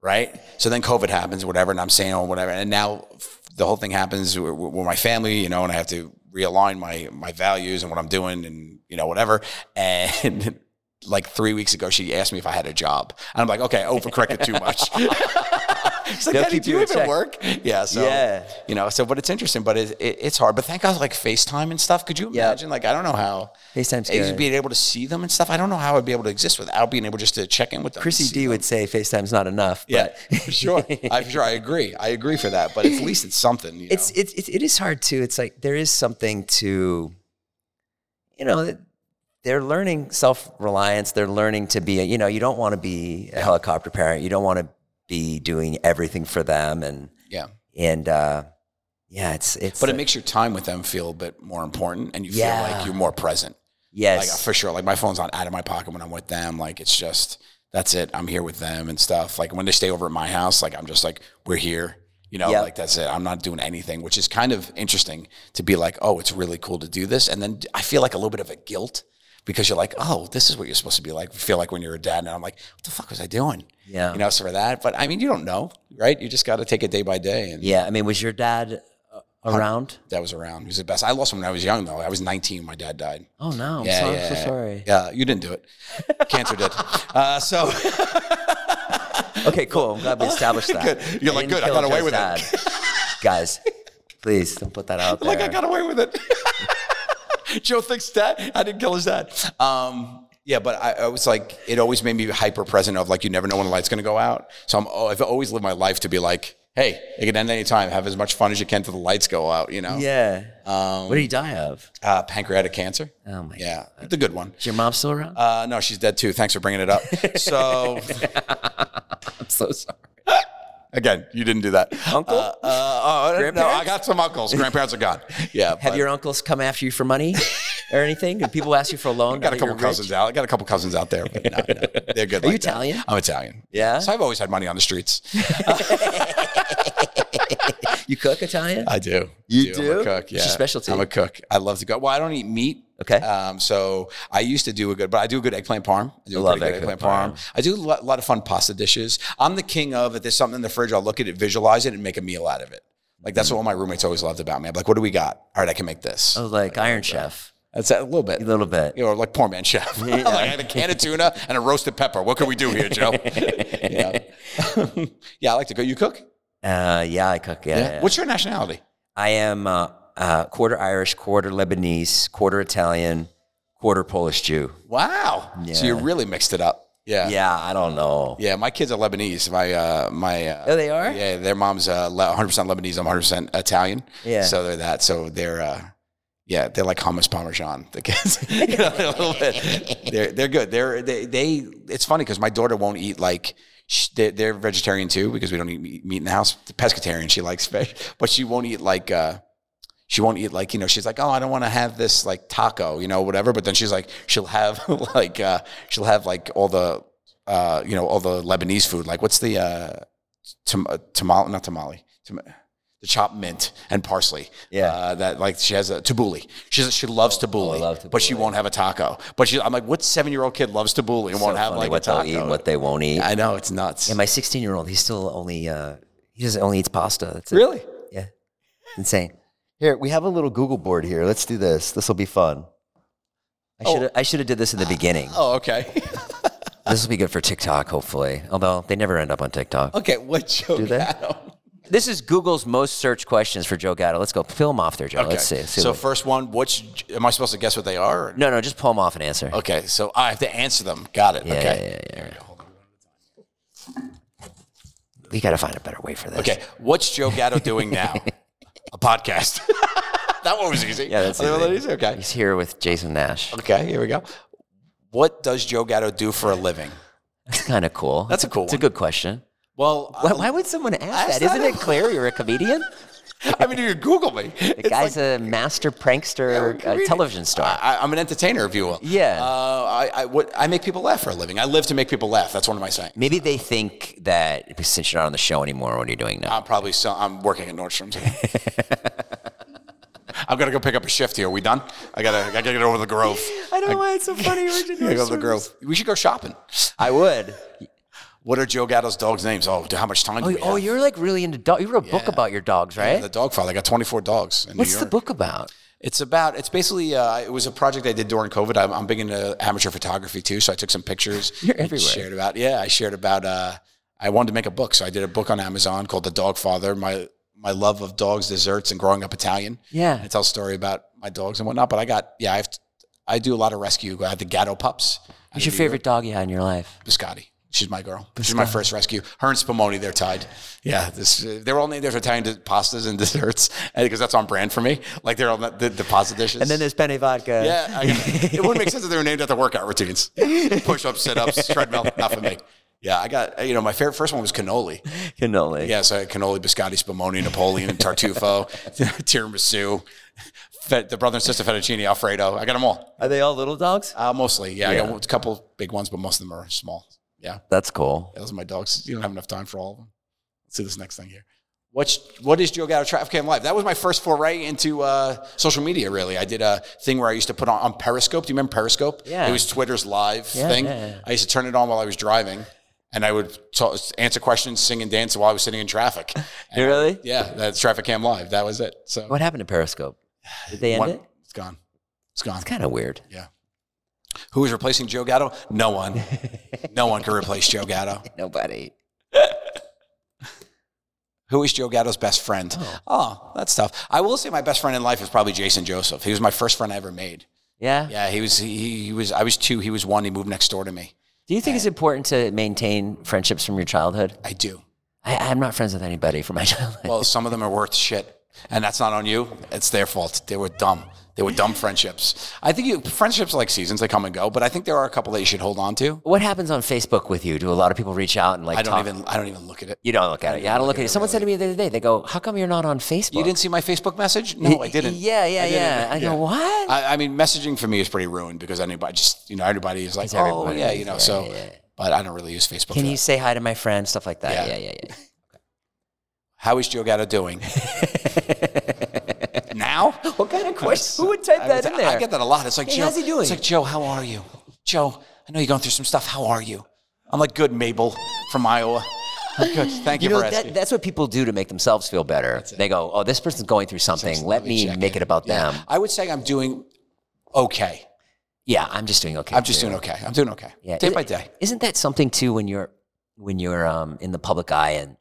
Speaker 2: Right? So then COVID happens, whatever, and I'm saying, oh, whatever. And now f- the whole thing happens with, with my family, you know, and I have to realign my, my values and what I'm doing and, you know, whatever. And like three weeks ago, she asked me if I had a job. And I'm like, okay, I overcorrected too much. She's like,
Speaker 3: They'll
Speaker 2: Daddy,
Speaker 3: keep
Speaker 2: do
Speaker 3: you
Speaker 2: you
Speaker 3: in
Speaker 2: even
Speaker 3: check.
Speaker 2: work? Yeah. So,
Speaker 3: Yeah.
Speaker 2: you know, so, but it's interesting, but it, it, it's hard. But thank God, like FaceTime and stuff. Could you imagine? Like, I don't know how.
Speaker 3: FaceTime's
Speaker 2: Hey,
Speaker 3: good.
Speaker 2: being able to see them and stuff. I don't know how I'd be able to exist without being able just to check in with them. and
Speaker 3: Chrissy
Speaker 2: see
Speaker 3: D
Speaker 2: them.
Speaker 3: would say FaceTime's not enough.
Speaker 2: Yeah,
Speaker 3: But
Speaker 2: for sure. I for sure I agree. I agree for that. But at least it's something. You
Speaker 3: it's, it's it's it is hard too. It's like there is something to you know, they're learning self reliance. They're learning to be, a, you know, you don't want to be a helicopter parent. You don't want to be doing everything for them. And,
Speaker 2: Yeah.
Speaker 3: and, uh, yeah, it's, it's,
Speaker 2: But it makes your time with them feel a bit more important and you feel
Speaker 3: Yeah.
Speaker 2: like you're more present. Like
Speaker 3: yes.
Speaker 2: for sure. Like my phone's not out of my pocket when I'm with them. Like it's just that's it. I'm here with them and stuff. Like when they stay over at my house, like I'm just like, we're here. You know,
Speaker 3: Yeah.
Speaker 2: like that's it. I'm not doing anything, which is kind of interesting to be like, oh, it's really cool to do this. And then I feel like a little bit of a guilt because you're like, oh, this is what you're supposed to be like. You feel like when you're a dad. And I'm like, what the fuck was I doing?
Speaker 3: Yeah.
Speaker 2: You know, so for that. But I mean, you don't know, right? You just got to take it day by day. And
Speaker 3: yeah. I mean, was your dad uh, around?
Speaker 2: that was around. He was the best. I lost him when I was young, though. I was 19 when my dad died.
Speaker 3: Oh no. I'm
Speaker 2: Yeah,
Speaker 3: so,
Speaker 2: yeah,
Speaker 3: so
Speaker 2: yeah.
Speaker 3: sorry.
Speaker 2: Yeah, you didn't do it. Cancer did. Uh, so
Speaker 3: Okay, cool. I'm glad we established that.
Speaker 2: Oh, Good. You're like,
Speaker 3: didn't
Speaker 2: good, I
Speaker 3: kill
Speaker 2: got away
Speaker 3: Joe's
Speaker 2: with it.
Speaker 3: dad. Guys, please don't put that out there.
Speaker 2: like I got away with it. Joe thinks that I didn't kill his dad. Um, yeah, but I, I was like, it always made me hyper present of like you never know when the light's gonna go out. So I'm oh, I've always lived my life to be like, hey, it can end any time. Have as much fun as you can till the lights go out. You know,
Speaker 3: yeah.
Speaker 2: Um,
Speaker 3: what did he die of?
Speaker 2: uh, pancreatic cancer.
Speaker 3: Oh my
Speaker 2: yeah, the good one.
Speaker 3: Is your mom still around?
Speaker 2: Uh, no, she's dead too. Thanks for bringing it up. So
Speaker 3: I'm so sorry.
Speaker 2: again, you didn't do that.
Speaker 3: Uncle?
Speaker 2: Uh, uh, oh, no, I
Speaker 3: Oh, Grandparents?
Speaker 2: got some uncles. Grandparents are gone. Yeah,
Speaker 3: Have
Speaker 2: but-
Speaker 3: your uncles come after you for money or anything? Do people ask you for a
Speaker 2: got
Speaker 3: loan? now
Speaker 2: a
Speaker 3: that you're
Speaker 2: couple cousins
Speaker 3: rich?
Speaker 2: out. I got a couple cousins out there, but no, no, they're good. Are
Speaker 3: you Italian?
Speaker 2: I'm Italian.
Speaker 3: Yeah?
Speaker 2: So I've always had money on the streets.
Speaker 3: You cook Italian?
Speaker 2: I do.
Speaker 3: You
Speaker 2: I'm a
Speaker 3: do?
Speaker 2: cook. Yeah.
Speaker 3: It's your specialty.
Speaker 2: I'm a cook. I love to go. Well, I don't eat meat.
Speaker 3: Okay.
Speaker 2: Um, so I used to do a good, but I do a good eggplant parm. I do a
Speaker 3: I love
Speaker 2: pretty good
Speaker 3: eggplant
Speaker 2: eggplant parm. I do a lot, lot of fun pasta dishes. I'm the king of if there's something in the fridge, I'll look at it, visualize it, and make a meal out of it. Like that's what all my roommates always loved about me. I'm like, what do we got? All right, I can make this.
Speaker 3: oh, like Iron Chef.
Speaker 2: That's a little bit.
Speaker 3: A little bit.
Speaker 2: you know, like poor man chef. like I had a can of tuna and a roasted pepper. What can we do here, Joe? yeah. yeah, I like to go. You cook?
Speaker 3: Uh, yeah, I cook. Yeah. yeah.
Speaker 2: What's your nationality?
Speaker 3: I am uh, uh, quarter Irish, quarter Lebanese, quarter Italian, quarter Polish Jew.
Speaker 2: Wow. So you really mixed it up. Yeah.
Speaker 3: Yeah, I don't know.
Speaker 2: Yeah, my kids are Lebanese. My uh, my uh,
Speaker 3: Oh, they are?
Speaker 2: Yeah, their mom's uh, le- 100% Lebanese. I'm 100% Italian.
Speaker 3: Yeah.
Speaker 2: So they're that. So they're uh, yeah, they're like hummus parmesan. The kids, you know, they're a little bit. They're they're good. They're they they. It's funny because my daughter won't eat like. sh- They're, they're vegetarian too because we don't eat meat meat in the house. Pescatarian, she likes fish, but she won't eat like. Uh, she won't eat like you know she's like oh i don't want to have this like taco you know whatever but then she's like she'll have like uh she'll have like all the uh you know all the lebanese food like what's the uh tam- uh, tamale not tamale tam- the chopped mint and parsley
Speaker 3: Yeah. Oh,
Speaker 2: uh, that like she has a tabbouleh she's, she loves tabbouleh,
Speaker 3: love
Speaker 2: but she won't have a taco but she, i'm like what seven-year-old kid loves tabbouleh and won't
Speaker 3: So
Speaker 2: have
Speaker 3: funny
Speaker 2: like
Speaker 3: what
Speaker 2: a
Speaker 3: they'll
Speaker 2: taco
Speaker 3: eat, and what they won't eat.
Speaker 2: i know it's nuts
Speaker 3: And my 16 year old, he still only uh, he doesn't only eats pasta. That's it.
Speaker 2: really
Speaker 3: Yeah, it's insane. Here we have a little Google board here. Let's do this. This will be fun. I should have I should have did this in the beginning.
Speaker 2: oh okay
Speaker 3: This will be good for TikTok, hopefully. Although they never end up on TikTok.
Speaker 2: okay what joke
Speaker 3: they?
Speaker 2: Adam?
Speaker 3: This is Google's most searched questions for Joe Gatto. Let's go. Pull them off there, Joe. Let's see.
Speaker 2: Okay.
Speaker 3: Let's see
Speaker 2: so
Speaker 3: what-
Speaker 2: first one, which am I supposed to guess what they are? or-
Speaker 3: no, no, just pull them off and answer.
Speaker 2: Okay, so I have to answer them. Got it.
Speaker 3: Yeah,
Speaker 2: okay.
Speaker 3: yeah, yeah, yeah. We got to find a better way for this.
Speaker 2: Okay. What's Joe Gatto doing now? A podcast. that one was easy.
Speaker 3: Yeah, that's
Speaker 2: Other one
Speaker 3: easy.
Speaker 2: that Okay.
Speaker 3: He's here with Jason Nash.
Speaker 2: Okay. Here we go. What does Joe Gatto do for a living?
Speaker 3: That's kind of cool.
Speaker 2: That's a cool
Speaker 3: It's a
Speaker 2: one.
Speaker 3: good question.
Speaker 2: Well,
Speaker 3: Why, why would someone ask that?
Speaker 2: that.
Speaker 3: Isn't Um, it clear you're a comedian?
Speaker 2: I, I mean, you could Google me.
Speaker 3: The guy's a master prankster, uh, television star.
Speaker 2: I, I'm an entertainer, if you will.
Speaker 3: Yeah.
Speaker 2: Uh, I, I, what, I make people laugh for a living. I live to make people laugh. That's one of my sayings.
Speaker 3: Maybe they think that since you're not on the show anymore, what are you doing now?
Speaker 2: I'm probably so, I'm working at Nordstrom's. I'm gonna go pick up a shift here. Are we done? I gotta I gotta get over to the Grove.
Speaker 3: I don't know why it's so funny.
Speaker 2: I gotta go to the Grove. We should go shopping.
Speaker 3: I would.
Speaker 2: What are Joe Gatto's dogs' names? Oh, how much time?
Speaker 3: Oh,
Speaker 2: do we
Speaker 3: oh,
Speaker 2: have?
Speaker 3: you're like really into dogs. You wrote a book
Speaker 2: Yeah.
Speaker 3: about your dogs, right?
Speaker 2: the dog father. I got 24 dogs in
Speaker 3: What's
Speaker 2: New
Speaker 3: the
Speaker 2: York.
Speaker 3: book about?
Speaker 2: It's about. It's basically. Uh, it was a project I did during COVID. I'm, I'm big into amateur photography too, so I took some pictures.
Speaker 3: You're
Speaker 2: and
Speaker 3: everywhere.
Speaker 2: Shared about. Yeah, I shared about. Uh, I wanted to make a book, so I did a book on Amazon called The Dog Father. My my love of dogs, desserts, and growing up Italian.
Speaker 3: Yeah.
Speaker 2: I tell a story about my dogs and whatnot. But I got yeah, I have t- I do a lot of rescue. I had the Gatto pups.
Speaker 3: Who's your favorite dog you had in your life?
Speaker 2: Biscotti. She's my girl. She's my first rescue. Her and Spumoni, they're tied. Yeah, this, they're all named after Italian di- pastas and desserts because that's on brand for me. Like they're all the, the, the pasta dishes.
Speaker 3: And then there's penne vodka.
Speaker 2: yeah, I, it wouldn't make sense if they were named after workout routines. Push ups, sit ups, treadmill, not for me. Yeah, I got you know my favorite first one was cannoli.
Speaker 3: cannoli.
Speaker 2: Yeah, so I had cannoli, biscotti, spumoni, Napoleon, tartufo, tiramisu, fed, the brother and sister fettuccine alfredo. I got them all.
Speaker 3: Are they all little dogs?
Speaker 2: Uh, mostly, yeah, I
Speaker 3: Yeah.
Speaker 2: got a couple big ones, but most of them are small. Yeah.
Speaker 3: That's cool.
Speaker 2: Yeah, those are my dogs. You don't have enough time for all of them. Let's see this next thing here. What's, what is Joe Gatto Trafficking Live? That was my first foray into uh, social media, really. I did a thing where I used to put on, on Periscope. Do you remember Periscope?
Speaker 3: Yeah.
Speaker 2: It was Twitter's live
Speaker 3: Yeah,
Speaker 2: thing.
Speaker 3: yeah, yeah.
Speaker 2: I used to turn it on while I was driving, and I would ta- answer questions, sing and dance while I was sitting in traffic.
Speaker 3: You really?
Speaker 2: yeah, that's Traffic Cam Live. That was it. So
Speaker 3: What happened to Periscope? Did they end
Speaker 2: one-
Speaker 3: it?
Speaker 2: it's gone. It's gone.
Speaker 3: It's kind of weird.
Speaker 2: Who is replacing Joe Gatto? No one. no one can replace Joe Gatto.
Speaker 3: Nobody.
Speaker 2: Who is Joe Gatto's best friend? Oh. that's tough. I will say my best friend in life is probably Jason Joseph. He was my first friend I ever made.
Speaker 3: Yeah.
Speaker 2: Yeah, he was. He, he was. I was two. He was one. He moved next door to me.
Speaker 3: Do you think it's important to maintain friendships from your childhood?
Speaker 2: I do.
Speaker 3: I, I'm not friends with anybody from my childhood.
Speaker 2: Well, some of them are worth shit, and that's not on you. It's their fault. They were dumb. They were dumb friendships. I think you, friendships are like seasons. They come and go. But I think there are a couple that you should hold on to.
Speaker 3: What happens on Facebook with you? Do a lot of people reach out and like
Speaker 2: I don't
Speaker 3: talk?
Speaker 2: even. I don't even look at it.
Speaker 3: you don't look at it. Yeah, I don't look at it. Someone said to me the other day, they go, "How come you're not on Facebook?"
Speaker 2: You didn't see my Facebook message? No, I didn't.
Speaker 3: Yeah, yeah,
Speaker 2: I didn't.
Speaker 3: yeah. I go, what?
Speaker 2: I, I mean, messaging for me is pretty ruined because anybody just you know everybody is like, oh
Speaker 3: everybody
Speaker 2: yeah,
Speaker 3: is,
Speaker 2: you know.
Speaker 3: yeah,
Speaker 2: so,
Speaker 3: yeah, yeah.
Speaker 2: but I don't really use Facebook.
Speaker 3: Can
Speaker 2: for
Speaker 3: you
Speaker 2: that.
Speaker 3: say hi to my friend? Stuff like that.
Speaker 2: Yeah.
Speaker 3: Yeah, yeah, yeah.
Speaker 2: How is Joe Gatto doing now?
Speaker 3: what kind of question? Who would type that
Speaker 2: I,
Speaker 3: in there?
Speaker 2: I get that a lot. It's like
Speaker 3: Hey,
Speaker 2: Joe.
Speaker 3: how's he doing?
Speaker 2: It's like Joe. How are you, Joe? I know you're going through some stuff. How are you? I'm like good, Mabel from Iowa. I'm good. Thank you,
Speaker 3: You know,
Speaker 2: for
Speaker 3: that,
Speaker 2: asking.
Speaker 3: that's what people do to make themselves feel better. They go, oh, this person's going through something. Let me
Speaker 2: check
Speaker 3: make it about
Speaker 2: Yeah.
Speaker 3: them.
Speaker 2: I would say I'm doing okay.
Speaker 3: Yeah, I'm just doing okay.
Speaker 2: I'm just
Speaker 3: too.
Speaker 2: doing okay. I'm doing okay.
Speaker 3: Yeah.
Speaker 2: Day
Speaker 3: Is-
Speaker 2: by day.
Speaker 3: Isn't that something too when you're when you're um, in the public eye and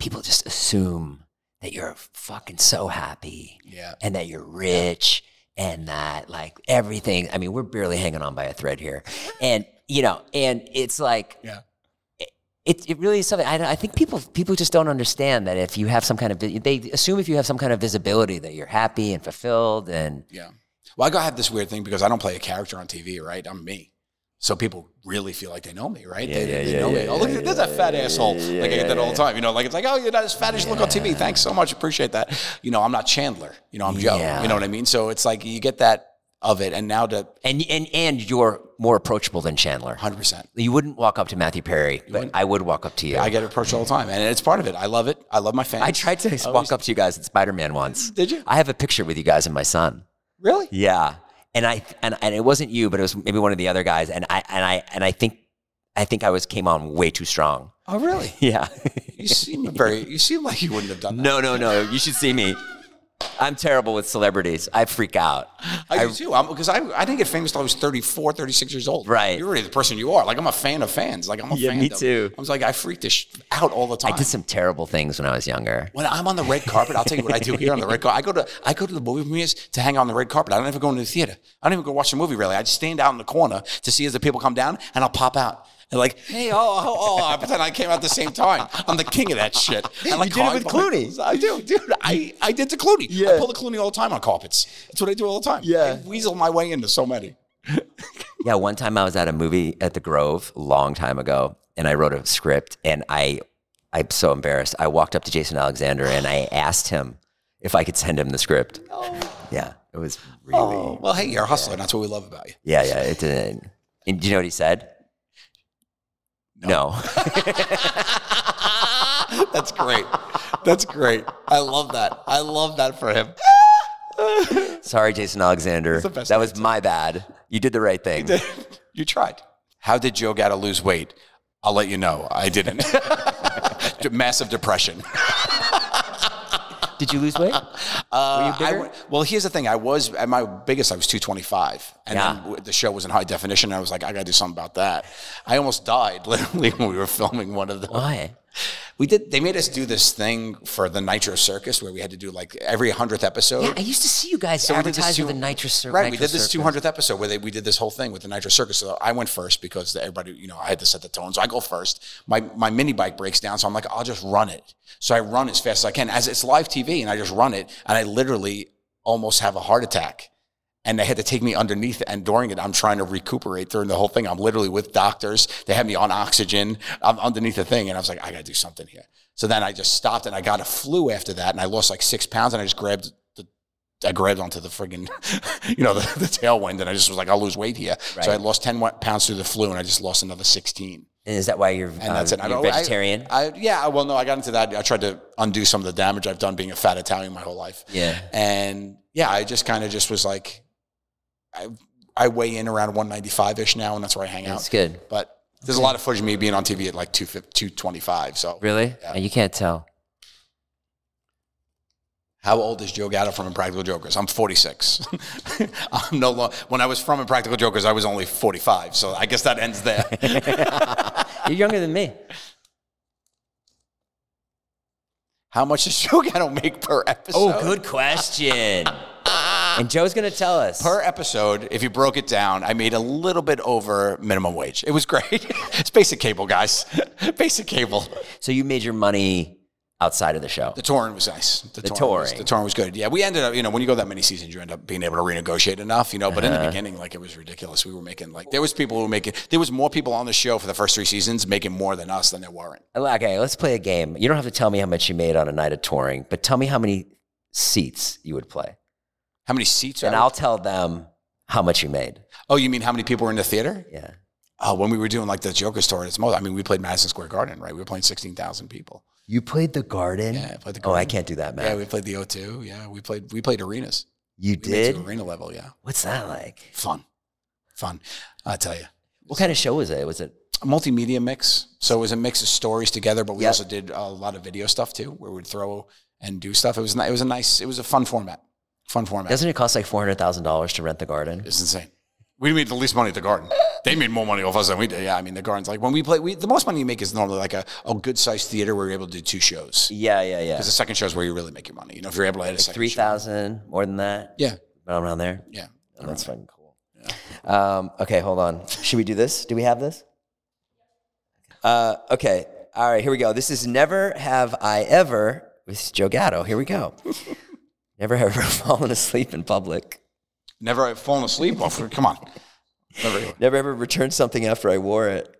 Speaker 3: people just assume that you're fucking so happy
Speaker 2: Yeah.
Speaker 3: and that you're rich and that like everything. I mean, we're barely hanging on by a thread here, and you know, and it's like
Speaker 2: Yeah.
Speaker 3: it, it really is something I, I think people people just don't understand that if you have some kind of vi- they assume if you have some kind of visibility that you're happy and fulfilled and
Speaker 2: Yeah. Well, I go have this weird thing because I don't play a character on TV, right? I'm me. So people really feel like they know me, right? they they know me. oh, look, there's that fat asshole. like I get that all the time. You know, like it's like, oh, you're not as fat as you look on TV. Thanks so much. Appreciate that. You know, I'm not Chandler. You know, I'm Joe.
Speaker 3: Yeah.
Speaker 2: You know what I mean? So it's like you get that of it. And now to
Speaker 3: and and and you're more approachable than Chandler.
Speaker 2: 100%.
Speaker 3: You wouldn't walk up to Matthew Perry, but I would walk up to you.
Speaker 2: I
Speaker 3: I,
Speaker 2: get approached all the time. And it's part of it. I love it. I love my fans.
Speaker 3: tried to walk up to you guys at Spider Man once.
Speaker 2: Did you?
Speaker 3: I have a picture with you guys and my son.
Speaker 2: Really?
Speaker 3: Yeah, and I and, and it wasn't you, but it was maybe one of the other guys. And I and I and I think I think I was came on way too strong.
Speaker 2: Oh, really?
Speaker 3: Yeah.
Speaker 2: You seem very, you seem like you wouldn't have done that.
Speaker 3: no, no, no. You should see me. I'm terrible with celebrities. I freak out.
Speaker 2: I, do too. Because I, I didn't get famous till I was 34, 36 years old.
Speaker 3: Right.
Speaker 2: You're already the person you are. Like, I'm a fan of fans. Like, I'm a
Speaker 3: Yeah,
Speaker 2: fan
Speaker 3: me
Speaker 2: of-
Speaker 3: too.
Speaker 2: I was like, I freak this sh- out all the time.
Speaker 3: I did some terrible things when I was younger.
Speaker 2: when I'm on the red carpet, I'll tell you what I do here on the red carpet. I go to I go to the movie premieres to hang on the red carpet. I don't ever go into the theater. I don't even go watch a movie really. I just stand out in the corner to see as the people come down, and I'll pop out. And like, hey, oh, oh, oh, I pretend I came out at the same time. I'm the king of that shit. I like
Speaker 3: You did it with
Speaker 2: carpet.
Speaker 3: Clooney.
Speaker 2: I do, dude. I, I did the Clooney. I
Speaker 3: Yeah.
Speaker 2: pull the Clooney all the time on carpets. That's what I do all the time.
Speaker 3: Yeah.
Speaker 2: I weasel my way into so many.
Speaker 3: Yeah, one time I was at a movie at the Grove, a long time ago, and I wrote a script, and I, I'm so embarrassed. I walked up to Jason Alexander and I asked him if I could send him the script. Yeah, it was really.
Speaker 2: Oh, Well, hey, you're a hustler. and That's what we love about you.
Speaker 3: Yeah, yeah, it didn't. And do you know what he said? No.
Speaker 2: That's great. That's great. I love that. I love that for him.
Speaker 3: Sorry, Jason Alexander.
Speaker 2: best
Speaker 3: That was my bad. You did the right thing.
Speaker 2: you tried. How did Joe Gatto lose weight? I'll let you know. I didn't. Massive depression.
Speaker 3: Did you lose weight?
Speaker 2: Uh,
Speaker 3: Were you
Speaker 2: I
Speaker 3: bigger?
Speaker 2: w- well, here's the thing. I was at my biggest. I was 225, and
Speaker 3: Yeah.
Speaker 2: then w- the show was in high definition. And I was like, I got to do something about that. I almost died literally when we were filming one of the.
Speaker 3: Why?
Speaker 2: We did. They made us do this thing for the Nitro Circus where we had to do like every hundredth episode.
Speaker 3: Yeah, I used to see you guys
Speaker 2: So we did this
Speaker 3: advertise with the
Speaker 2: two-
Speaker 3: nitrous syrup.
Speaker 2: Right, we did this 200th episode where they, we did this whole thing with the Nitro Circus. So I went first because everybody, you know, I had to set the tone. So I go first. My my mini bike breaks down, so I'm like, I'll just run it. So I run as fast as I can, as it's live TV, and I just run it, and I literally almost have a heart attack. And they had to take me underneath, and during it, I'm trying to recuperate during the whole thing. I'm literally with doctors. They had me on oxygen. I'm underneath the thing, and I was like, I gotta do something here. So then I just stopped, and I got a flu after that, and I lost like six pounds, and I just grabbed the I grabbed onto the friggin', you know, the, the tailwind, and I just was like, I'll lose weight here. So I
Speaker 3: Right.
Speaker 2: lost 10 wa- pounds through the flu, and I just lost another 16.
Speaker 3: And is that why you're, um,
Speaker 2: And that's it. I
Speaker 3: you're
Speaker 2: don't- I-
Speaker 3: vegetarian?
Speaker 2: I, yeah, well, no, I got into that. I tried to undo some of the damage I've done being a fat Italian my whole life.
Speaker 3: yeah.
Speaker 2: And yeah, I just kind of just was like, I, I weigh in around 195 ish now, and that's where I hang
Speaker 3: That's
Speaker 2: out.
Speaker 3: good.
Speaker 2: But there's a lot of footage of me being on TV at like 250 225. So
Speaker 3: Really?
Speaker 2: Yeah.
Speaker 3: Oh, You can't tell.
Speaker 2: How old is Joe Gatto from Impractical Jokers? I'm 46. I'm no long. When I was from Impractical Jokers, I was only 45. So I guess that ends there.
Speaker 3: You're younger than me.
Speaker 2: How much does Joe Gatto make per episode?
Speaker 3: Oh, good question. and Joe's going to tell us.
Speaker 2: Per episode, if you broke it down, I made a little bit over minimum wage. It was great. it's basic cable, guys. basic cable.
Speaker 3: so you made your money outside of the show.
Speaker 2: The touring was nice. The, Was,
Speaker 3: touring.
Speaker 2: the touring was good. Yeah, we ended up, you know, when you go that many seasons, you end up being able to renegotiate enough, you know. But in
Speaker 3: Uh-huh.
Speaker 2: the beginning, like it was ridiculous. We were making like there was people who were making there was more people on the show for the first three seasons making more than us than there weren't.
Speaker 3: Okay, let's play a game. You don't have to tell me how much you made on a night of touring, but tell me how many seats you would play.
Speaker 2: How many seats?
Speaker 3: And
Speaker 2: are-
Speaker 3: I'll tell them how much you made.
Speaker 2: oh, you mean how many people were in the theater?
Speaker 3: Yeah.
Speaker 2: Oh, when we were doing like the Joker's tour, it's most. I mean, we played Madison Square Garden, right? We were playing sixteen thousand people.
Speaker 3: You played the garden?
Speaker 2: Yeah, I played the
Speaker 3: Oh, I
Speaker 2: Garden.
Speaker 3: can't do that, man.
Speaker 2: Yeah, we played the O2. Yeah, we played we played arenas.
Speaker 3: you
Speaker 2: We made it
Speaker 3: did?
Speaker 2: to arena level? Yeah,
Speaker 3: What's that like?
Speaker 2: fun, fun. I tell you.
Speaker 3: What kind of show was it? Was it
Speaker 2: a multimedia mix. So it was a mix of stories together, but we
Speaker 3: Yep.
Speaker 2: also did a lot of video stuff too, where we'd throw and do stuff. It was ni- it was a nice, it was a fun format, fun format.
Speaker 3: doesn't it cost like four hundred thousand dollars to rent the garden?
Speaker 2: it's insane. We made the least money at the Garden. They made more money off us than we did. Yeah, I mean the Garden's like when we play, we, the most money you make is normally like a, a good sized theater where you're able to do two shows.
Speaker 3: Yeah, yeah, yeah.
Speaker 2: Because the second show is where you really make your money. You know, if you're able to hit a second
Speaker 3: Three
Speaker 2: show.
Speaker 3: thousand, more than that.
Speaker 2: Yeah,
Speaker 3: Around around there.
Speaker 2: yeah.
Speaker 3: Oh, that's fucking cool. Um, okay, hold on. Should we do this? Do we have this? Uh, okay. All right, here we go. This is Never Have I Ever with Joe Gatto. Here we go. Never have I ever fallen asleep in public.
Speaker 2: Never have fallen asleep. off. Come on. Never.
Speaker 3: Never ever returned something after I wore it.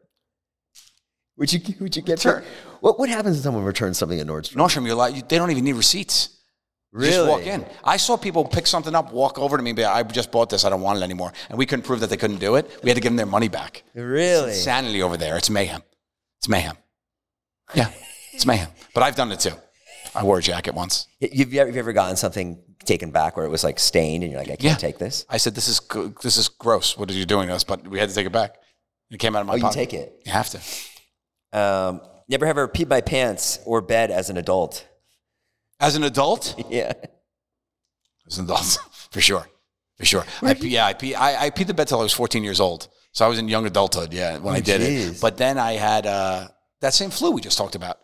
Speaker 3: Would you would you get
Speaker 2: Return.
Speaker 3: What what happens when someone returns something at Nordstrom?
Speaker 2: Nordstrom, you're like, you, they don't even need receipts.
Speaker 3: Really?
Speaker 2: Just walk in. I saw people pick something up, walk over to me, and be like, I just bought this, I don't want it anymore. And we couldn't prove that they couldn't do it. We had to give them their money back.
Speaker 3: Really?
Speaker 2: Insanity over there. It's mayhem. It's mayhem. Yeah, it's mayhem. But I've done it too. I wore a jacket once.
Speaker 3: You've ever, you've ever gotten something taken back where it was like stained and you're like, I can't
Speaker 2: Yeah.
Speaker 3: take this?
Speaker 2: I said, This is, g- this is gross. What are you doing to us? But we had to take it back. It came out of my
Speaker 3: Oh, you
Speaker 2: pocket.
Speaker 3: take it.
Speaker 2: You have to.
Speaker 3: Um, never have ever peed my pants or bed as an adult.
Speaker 2: As an adult,
Speaker 3: Yeah.
Speaker 2: as an adult, for sure, for sure. I pee, yeah, I pee. I, I peed the bed till I was 14 years old, so I was in young adulthood. Yeah, when I did
Speaker 3: Oh, jeez.
Speaker 2: it. But then I had uh, that same flu we just talked about.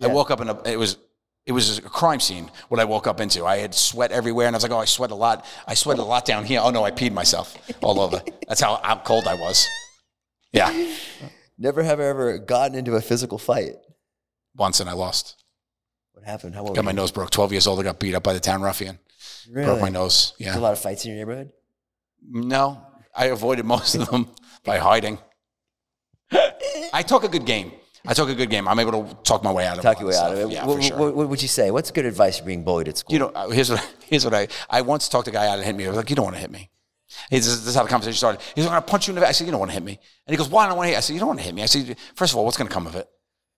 Speaker 2: I
Speaker 3: Yeah.
Speaker 2: woke up in a it was it was a crime scene. What I woke up into, I had sweat everywhere, and I was like, oh, I sweat a lot. I sweat a lot down here. Oh no, I peed myself all over. That's how how cold I was. Yeah,
Speaker 3: Never have I ever gotten into a physical fight.
Speaker 2: once and I lost.
Speaker 3: What happened? How old
Speaker 2: Got
Speaker 3: were
Speaker 2: my
Speaker 3: you?
Speaker 2: nose broke. 12 years old. I got beat up by the town ruffian.
Speaker 3: Really?
Speaker 2: Broke my nose.
Speaker 3: There's a
Speaker 2: Yeah.
Speaker 3: lot of fights in your neighborhood?
Speaker 2: No, I avoided most of them by hiding. I talk a good game. I talk a good game. I'm able to talk my way out of
Speaker 3: Talk
Speaker 2: a
Speaker 3: your
Speaker 2: lot
Speaker 3: way out of
Speaker 2: stuff.
Speaker 3: it.
Speaker 2: Yeah,
Speaker 3: what,
Speaker 2: for sure.
Speaker 3: what, what would you say? What's good advice for being bullied at school?
Speaker 2: you know, uh, here's what here's what I I once talked to a guy out and hit me. I was like, "You don't want to hit me." He says, this is how the conversation started. He's like, "I'm gonna punch you in the face." I said, "You don't want to hit me." And he goes, "Why don't I want to?" Hit? you?" I said, "You don't want to hit me." I said, first of all, what's gonna come of it?"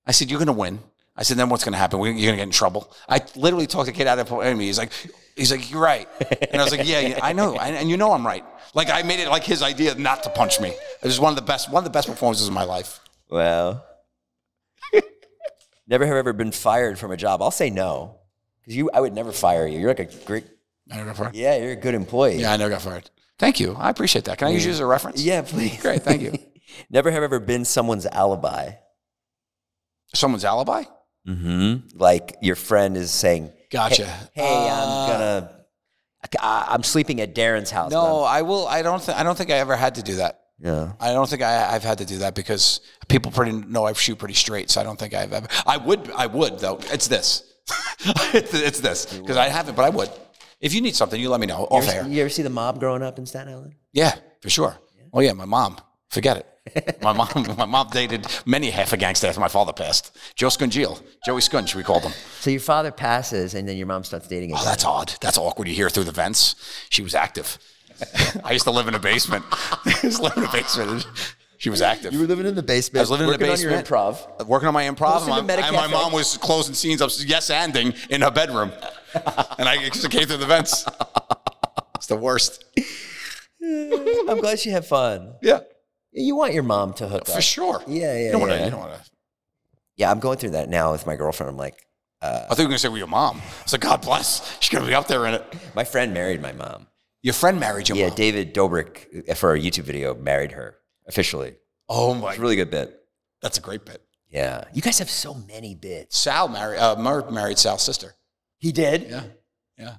Speaker 2: I said, "You're gonna win." I said, "Then what's gonna happen? We're- You're gonna get in trouble." I literally talked a kid out of me. He's like, "He's like, you're right," and I was like, "Yeah, yeah I know, and and you know I'm right." Like I made it like his idea not to punch me. It was one of the best one of the best performances of my life.
Speaker 3: Well, never have ever been fired from a job. I'll say no. Because you, I would never fire you. You're like a great,
Speaker 2: I never got fired.
Speaker 3: yeah, you're a good employee.
Speaker 2: Yeah, I never got fired. Thank you. I appreciate that. Can I use you as a reference?
Speaker 3: Yeah, please.
Speaker 2: Great. Thank you.
Speaker 3: Never have ever been someone's alibi.
Speaker 2: Someone's alibi.
Speaker 3: Like your friend is saying,
Speaker 2: Gotcha.
Speaker 3: "Hey, I'm gonna, I, I'm sleeping at Darren's house."
Speaker 2: No, I will. I don't. Th- I don't think I ever had to do that.
Speaker 3: Yeah.
Speaker 2: I don't think I, I've had to do that because people pretty know I shoot pretty straight. So I don't think I've ever. I would. I would though. It's this. it's, it's this because I haven't, but I would. If you need something, you let me know off
Speaker 3: You ever,
Speaker 2: air.
Speaker 3: you ever see the mob growing up in Staten Island?
Speaker 2: Yeah, for sure. Oh yeah, my mom. Forget it. My mom. my mom dated many half a gangster after my father passed. Joe Scungeel, Joey Scunch, we called him.
Speaker 3: So your father passes, and then your mom starts dating
Speaker 2: Oh,
Speaker 3: again.
Speaker 2: that's odd. That's awkward. You hear through the vents. She was active. I used to live in a basement. I used to live in a basement. She was active.
Speaker 3: you were living in the basement.
Speaker 2: I was living in the
Speaker 3: working
Speaker 2: basement.
Speaker 3: On your improv.
Speaker 2: working on my improv,
Speaker 3: Hosting the
Speaker 2: and my,
Speaker 3: Meta
Speaker 2: and my
Speaker 3: Cafe.
Speaker 2: mom was closing scenes up, yes, anding in her bedroom, and I just came through the vents. It's the worst.
Speaker 3: I'm glad you had fun.
Speaker 2: Yeah,
Speaker 3: You want your mom to hook
Speaker 2: for
Speaker 3: up.
Speaker 2: sure.
Speaker 3: Yeah, yeah,
Speaker 2: You don't want
Speaker 3: yeah.
Speaker 2: to. You don't want to.
Speaker 3: Yeah, I'm going through that now with my girlfriend. I'm like,
Speaker 2: I thought you were gonna say with your mom. So God bless. She's gonna be up there in it.
Speaker 3: my friend married my mom.
Speaker 2: Your friend married your
Speaker 3: Yeah,
Speaker 2: mom.
Speaker 3: David Dobrik uh, for our YouTube video married her officially.
Speaker 2: oh my,
Speaker 3: It's a really good bit.
Speaker 2: that's a great bit.
Speaker 3: Yeah, you guys have so many bits.
Speaker 2: Sal married uh, Mur- married Sal's sister.
Speaker 3: He did.
Speaker 2: Yeah, yeah.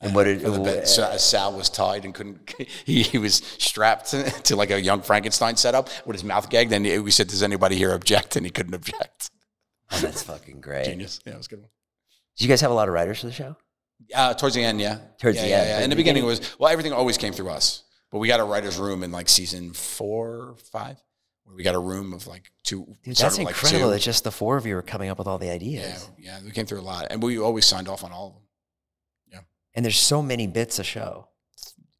Speaker 3: And what did
Speaker 2: For the bit. Sa- Sal was tied and couldn't. He, he was strapped to, to like a young Frankenstein setup with his mouth gagged. And we said, "Does anybody here object?" And he couldn't object.
Speaker 3: Oh, that's fucking great. Did
Speaker 2: Genius. Yeah, it was a good one.
Speaker 3: you guys have a lot of writers for the show?
Speaker 2: Uh, towards the end, yeah.
Speaker 3: Towards
Speaker 2: yeah,
Speaker 3: the
Speaker 2: yeah,
Speaker 3: end,
Speaker 2: yeah.
Speaker 3: but
Speaker 2: In
Speaker 3: the
Speaker 2: the beginning, it was well, everything always came through us. But we got a writer's room in like season four, five, where we got a room of like two.
Speaker 3: Dude,
Speaker 2: started
Speaker 3: that's
Speaker 2: with, like,
Speaker 3: incredible
Speaker 2: two.
Speaker 3: that just the four of you are coming up with all the
Speaker 2: Yeah,
Speaker 3: ideas.
Speaker 2: yeah, we came through a lot, and we always signed off on all of them.
Speaker 3: And there's so many bits a show.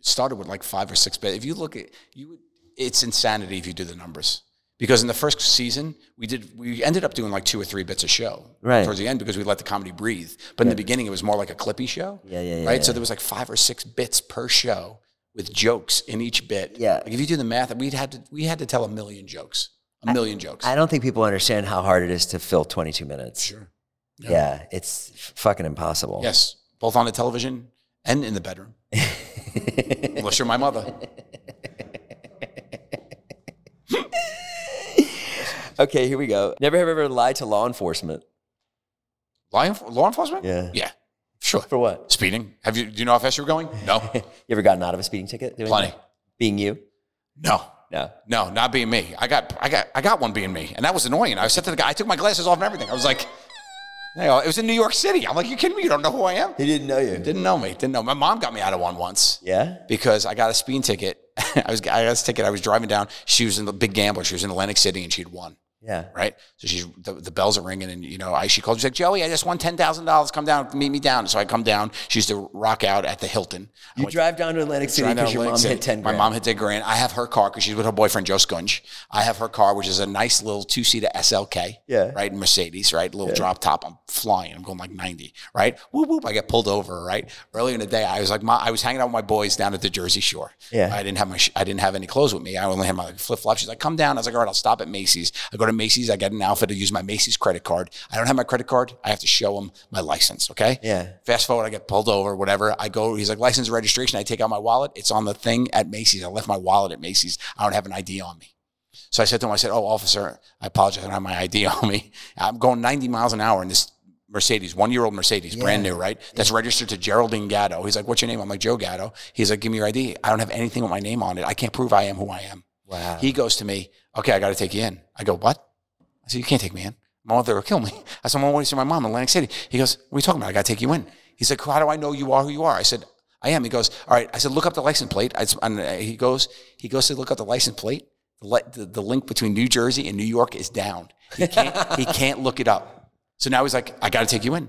Speaker 2: It started with like five or six bits. If you look at you, would- it's insanity if you do the numbers. Because in the first season, we did we ended up doing like two or three bits a show
Speaker 3: Right.
Speaker 2: towards the end because we let the comedy breathe. But in the beginning, it was more like a clippy show.
Speaker 3: Yeah, yeah, yeah,
Speaker 2: Right. So there was like five or six bits per show with jokes in each bit.
Speaker 3: Yeah.
Speaker 2: Like if you do the math, we'd had to we had to tell a million jokes, a million jokes.
Speaker 3: I don't think people understand how hard it is to fill 22 minutes.
Speaker 2: sure.
Speaker 3: Yeah, it's f- fucking impossible.
Speaker 2: Yes, both on the television and in the bedroom. Unless you're my mother.
Speaker 3: Okay, here we go. Never have ever lied to law enforcement.
Speaker 2: Law, enf- law enforcement?
Speaker 3: Yeah.
Speaker 2: Yeah. Sure.
Speaker 3: For what?
Speaker 2: Speeding. Have you? Do you know how fast you were going? No.
Speaker 3: You ever gotten out of a speeding ticket? doing
Speaker 2: Plenty.
Speaker 3: that? Being you?
Speaker 2: No.
Speaker 3: No.
Speaker 2: No. Not being me. I got. I got. I got one being me, and that was annoying. I said to the guy, I took my glasses off and everything. I was like, you know, it was in New York City. I'm like, you kidding me? You don't know who I am?
Speaker 3: He didn't know you.
Speaker 2: Didn't know me. Didn't know. My mom got me out of one once.
Speaker 3: Yeah?
Speaker 2: Because I got a speeding ticket. I was. I got this ticket. I was driving down. She was in the big gambler. She was in Atlantic City, and she'd won.
Speaker 3: Yeah.
Speaker 2: right? So she's the, the bells are ringing, and you know, I she called. She's like, Joey, I just won ten thousand dollars. Come down, meet me down. So I come down. She used to rock out at the Hilton. I
Speaker 3: You
Speaker 2: went-
Speaker 3: drive down to Atlantic City
Speaker 2: drive down
Speaker 3: because your
Speaker 2: Atlantic
Speaker 3: mom
Speaker 2: City.
Speaker 3: hit 10 grand.
Speaker 2: My mom hit ten grand. I have her car because she's with her boyfriend Joe Scunge. I have her car, which is a nice little two seater SLK.
Speaker 3: Yeah.
Speaker 2: Right, Mercedes. Right, little drop top. I'm flying. I'm going like ninety. Right, whoop whoop. I get pulled over. Right, earlier in the day, I was like, my, I was hanging out with my boys down at the Jersey Shore.
Speaker 3: Yeah.
Speaker 2: I didn't have my, sh- I didn't have any clothes with me. I only had my flip flops. She's like, come down. I was like, all right, I'll stop at Macy's. I go to Macy's. I get an outfit. I use my Macy's credit card. I don't have my credit card. I have to show him my license. Okay.
Speaker 3: Yeah.
Speaker 2: Fast forward, I get pulled over, whatever. I go, he's like, license and registration. I take out my wallet. It's on the thing at Macy's. I left my wallet at Macy's. I don't have an ID on me. So I said to him, I said, oh, officer, I apologize. I don't have my ID on me. I'm going 90 miles an hour in this Mercedes, one year old Mercedes, brand new, right? That's registered to Geraldine Gatto. He's like, what's your name? I'm like, Joe Gatto. He's like, give me your ID. I don't have anything with my name on it. I can't prove I am who I am.
Speaker 3: Wow.
Speaker 2: He goes to me, okay, I got to take you in. I go, what? I said, you can't take me in. My mother will kill me. I said, I'm going to see my mom in Atlantic City. He goes, what are you talking about? I got to take you in. He's like, how do I know you are who you are? I said, I am. He goes, all right. I said, look up the license plate. I, and uh, he goes, he goes to look up the license plate. The, li- the, the link between New Jersey and New York is down. He can't, he can't look it up. So now he's like, I got to take you in.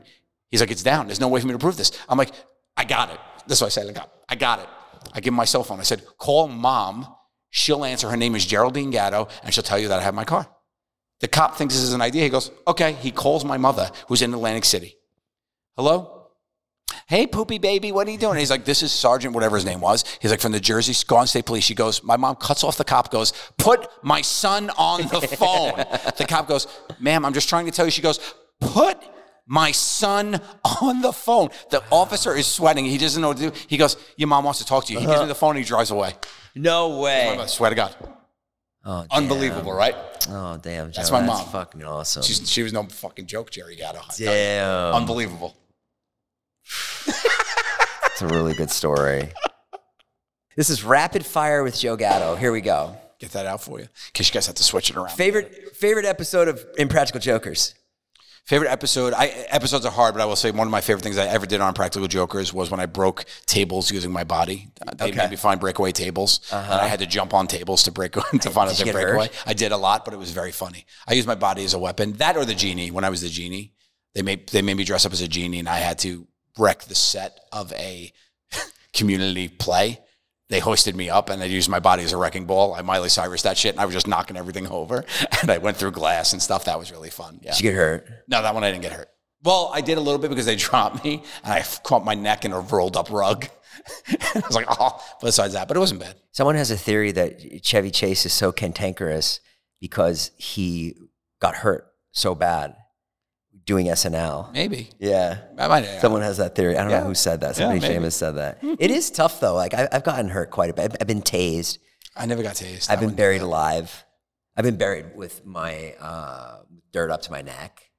Speaker 2: He's like, it's down. There's no way for me to prove this. I'm like, I got it. That's what I said. I got, I got it. I give him my cell phone. I said, call mom. She'll answer. Her name is Geraldine Gatto, and she'll tell you that I have my car. The cop thinks this is an idea. He goes, okay. He calls my mother, who's in Atlantic City. Hello? Hey, poopy baby, what are you doing? He's like, this is Sergeant, whatever his name was. He's like, from the Jersey Gone State Police. She goes, my mom cuts off the cop, goes, put my son on the phone. the cop goes, ma'am, I'm just trying to tell you. She goes, put my son on the phone. The officer is sweating. He doesn't know what to do. He goes, your mom wants to talk to you. He gives me the phone and he drives away.
Speaker 3: No way.
Speaker 2: I swear to God.
Speaker 3: Oh, damn.
Speaker 2: Unbelievable, right?
Speaker 3: Oh damn,
Speaker 2: That's
Speaker 3: Joe,
Speaker 2: my
Speaker 3: that's
Speaker 2: mom.
Speaker 3: Fucking awesome.
Speaker 2: She's, she was no fucking joke, Jerry Gadahan.
Speaker 3: damn,
Speaker 2: Unbelievable.
Speaker 3: that's a really good story. This is rapid fire with Joe Gatto. Here we go.
Speaker 2: Get that out for you. In case you guys have to switch it around.
Speaker 3: Favorite favorite episode of Impractical Jokers.
Speaker 2: Favorite episode? I, episodes are hard, but I will say one of my favorite things I ever did on Practical Jokers was when I broke tables using my body. Uh, They made me find breakaway tables, and I had to jump on tables to break to find out
Speaker 3: Uh-huh. you
Speaker 2: the
Speaker 3: get
Speaker 2: breakaway.
Speaker 3: hurt?
Speaker 2: I did a lot, but it was very funny. I used my body as a weapon. That or the genie. When I was the genie, they made they made me dress up as a genie, and I had to wreck the set of a community play. They hoisted me up and they used my body as a wrecking ball. I Miley Cyrus that shit, and I was just knocking everything over. And I went through glass and stuff. That was really fun. Yeah.
Speaker 3: Did you get hurt?
Speaker 2: No, that one I didn't get hurt. Well, I did a little bit because they dropped me and I caught my neck in a rolled up rug. I was like, oh, besides that, but it wasn't bad.
Speaker 3: Someone has a theory that Chevy Chase is so cantankerous because he got hurt so bad doing SNL.
Speaker 2: Maybe.
Speaker 3: Yeah.
Speaker 2: I might have.
Speaker 3: Someone has that theory. I don't know who said that. Somebody
Speaker 2: maybe.
Speaker 3: famous said that. It is tough though. Like I, I've gotten hurt quite a bit. I've, I've been tased.
Speaker 2: I never got tased.
Speaker 3: I've been buried alive. I've been buried with my uh, dirt up to my neck,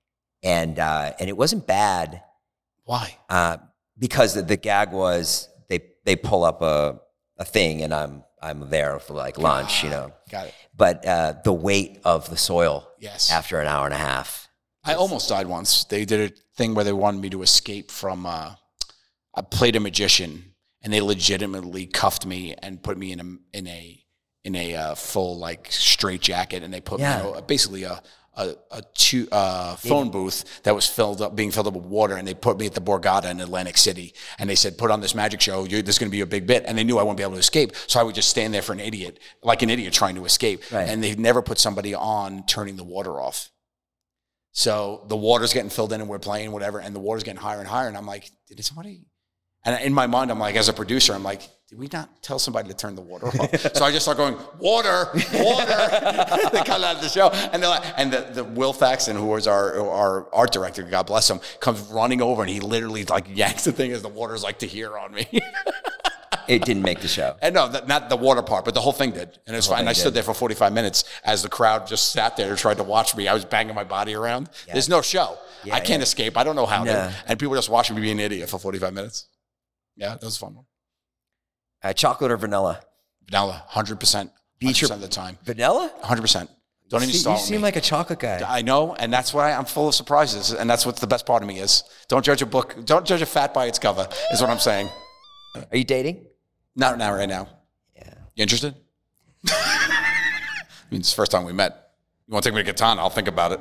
Speaker 3: and uh, and it wasn't bad
Speaker 2: Why?
Speaker 3: uh, because the, the gag was they they pull up a a thing and I'm I'm there for like lunch, you know.
Speaker 2: Got it.
Speaker 3: But uh, the weight of the soil
Speaker 2: Yes.
Speaker 3: after an hour and a half.
Speaker 2: I almost died once. They did a thing where they wanted me to escape from. Uh, I played a magician, and they legitimately cuffed me and put me in a in a in a uh, full like straight jacket, and they put
Speaker 3: Yeah.
Speaker 2: me in a, basically a a, a two, uh, phone booth that was filled up, being filled up with water, and they put me at the Borgata in Atlantic City, and they said, "Put on this magic show. You're, this is going to be a big bit," and they knew I wouldn't be able to escape, so I would just stand there for an idiot, like an idiot trying to escape,
Speaker 3: Right.
Speaker 2: and they never put somebody on turning the water off. So the water's getting filled in and we're playing whatever, and the water's getting higher and higher. And I'm like, did somebody? And in my mind, I'm like, as a producer, I'm like, did we not tell somebody to turn the water off? so I just start going, water, water. they cut out of the show, and they're like, and the, the Will Faxon, who was our our art director, God bless him, comes running over and he literally like yanks the thing as the water's like to here on me.
Speaker 3: It didn't make the show.
Speaker 2: And Eh, no, th- not the water part, but the whole thing did. And it was
Speaker 3: Oh,
Speaker 2: fine. I stood there for 45 minutes as the crowd just sat there and tried to watch me. I was banging my body around. There's no show. I can't escape. I don't know how
Speaker 3: No.
Speaker 2: to. And people were just watching me be an idiot for 45 minutes. Yeah, that was a fun one.
Speaker 3: Uh, chocolate or vanilla?
Speaker 2: Vanilla, 100%.
Speaker 3: Beat your-
Speaker 2: 100% of the time.
Speaker 3: Vanilla?
Speaker 2: 100%. Don't even
Speaker 3: See,
Speaker 2: start
Speaker 3: you seem like a chocolate guy.
Speaker 2: I know, and that's why I'm full of surprises, and that's what the best part of me is. Don't judge a book. Don't judge a fat by its cover, is what I'm saying.
Speaker 3: Are you dating?
Speaker 2: Not now, right now. Yeah. You interested? I mean, it's the first time we met. You want to take me to Catan? I'll think about it.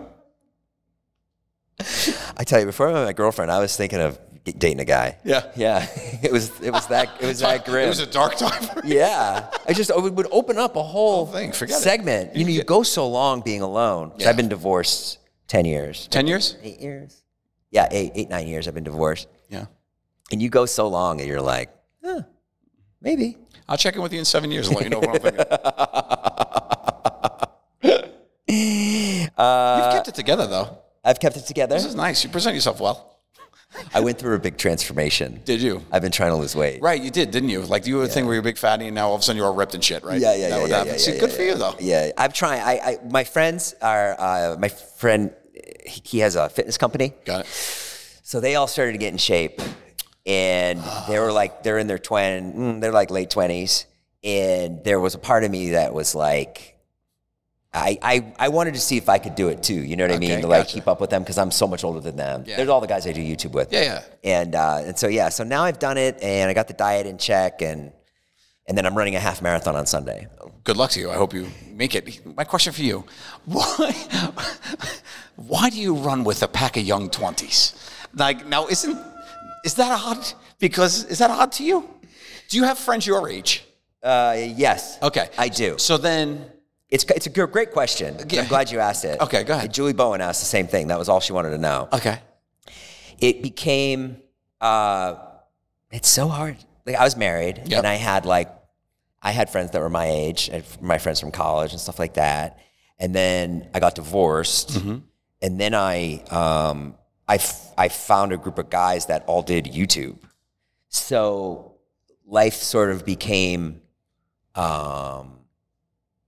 Speaker 3: I tell you, before I met my girlfriend, I was thinking of g- dating a guy.
Speaker 2: Yeah.
Speaker 3: Yeah, it was it was that it was that grim.
Speaker 2: It was a dark time. for me.
Speaker 3: yeah, I just it would open up a whole
Speaker 2: thing, forget it.
Speaker 3: segment. You know, you go so long being alone. 'Cause I've been divorced ten years.
Speaker 2: Ten years?
Speaker 3: Eight years? Yeah, eight eight nine years. I've been divorced,
Speaker 2: Yeah.
Speaker 3: and you go so long, and you're like, huh, maybe.
Speaker 2: I'll check in with you in seven years and let you know what I'm thinking.
Speaker 3: Uh,
Speaker 2: You've kept it together, though.
Speaker 3: I've kept it together.
Speaker 2: This is nice. You present yourself well.
Speaker 3: I went through a big transformation.
Speaker 2: Did you?
Speaker 3: I've been trying to lose weight.
Speaker 2: Right, you did, didn't you? Like you were a thing where you're a big fatty, and now all of a sudden you're all ripped and shit, right?
Speaker 3: Yeah, yeah,
Speaker 2: That
Speaker 3: yeah,
Speaker 2: would
Speaker 3: yeah,
Speaker 2: happen.
Speaker 3: yeah,
Speaker 2: See,
Speaker 3: yeah,
Speaker 2: good
Speaker 3: yeah,
Speaker 2: for you though.
Speaker 3: Yeah, I'm trying. I, I my friends are uh, my friend. He he has a fitness company.
Speaker 2: Got it.
Speaker 3: So they all started to get in shape, and they were like, they're in their twin, mm, they're like late twenties, and there was a part of me that was like, I, I, I wanted to see if I could do it too. You know what I mean?
Speaker 2: Okay,
Speaker 3: To like
Speaker 2: gotcha.
Speaker 3: keep up with them because I'm so much older than them.
Speaker 2: Yeah.
Speaker 3: There's all the guys I do YouTube with.
Speaker 2: Yeah, yeah.
Speaker 3: And uh, and so yeah, so now I've done it, and I got the diet in check, and and then I'm running a half marathon on Sunday.
Speaker 2: good luck to you. I hope you make it. My question for you: Why, why do you run with a pack of young twenties? Like now, isn't is that odd? Because is that odd to you? Do you have friends your age?
Speaker 3: Uh, yes.
Speaker 2: Okay,
Speaker 3: I do.
Speaker 2: So then,
Speaker 3: It's it's a gr- great question.
Speaker 2: Yeah.
Speaker 3: I'm glad you asked it.
Speaker 2: Okay, go ahead.
Speaker 3: Julie Bowen asked the same thing. That was all she wanted to know.
Speaker 2: okay,
Speaker 3: it became uh it's so hard like i was married
Speaker 2: Yep.
Speaker 3: and i had like i had friends that were my age and f- my friends from college and stuff like that and then i got divorced
Speaker 2: Mm-hmm.
Speaker 3: and then i um I, f- I found a group of guys that all did youtube so life sort of became um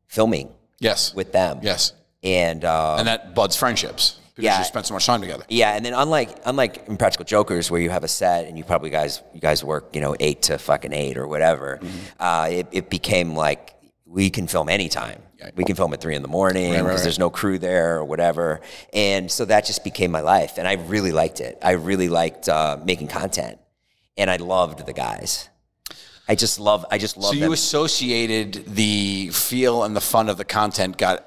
Speaker 3: filming
Speaker 2: yes,
Speaker 3: with them
Speaker 2: yes,
Speaker 3: and uh,
Speaker 2: and that buds friendships because
Speaker 3: Yeah.
Speaker 2: you spend so much time together.
Speaker 3: yeah, and then unlike unlike Impractical Jokers, where you have a set and you probably guys you guys work you know eight to fucking eight or whatever, uh, it, it became like we can film anytime. We can film at three in the morning because there's no crew there or whatever, and so that just became my life, and I really liked it. I really liked uh, making content, and I loved the guys. I just love. I just love.
Speaker 2: So you
Speaker 3: them.
Speaker 2: associated the feel and the fun of the content got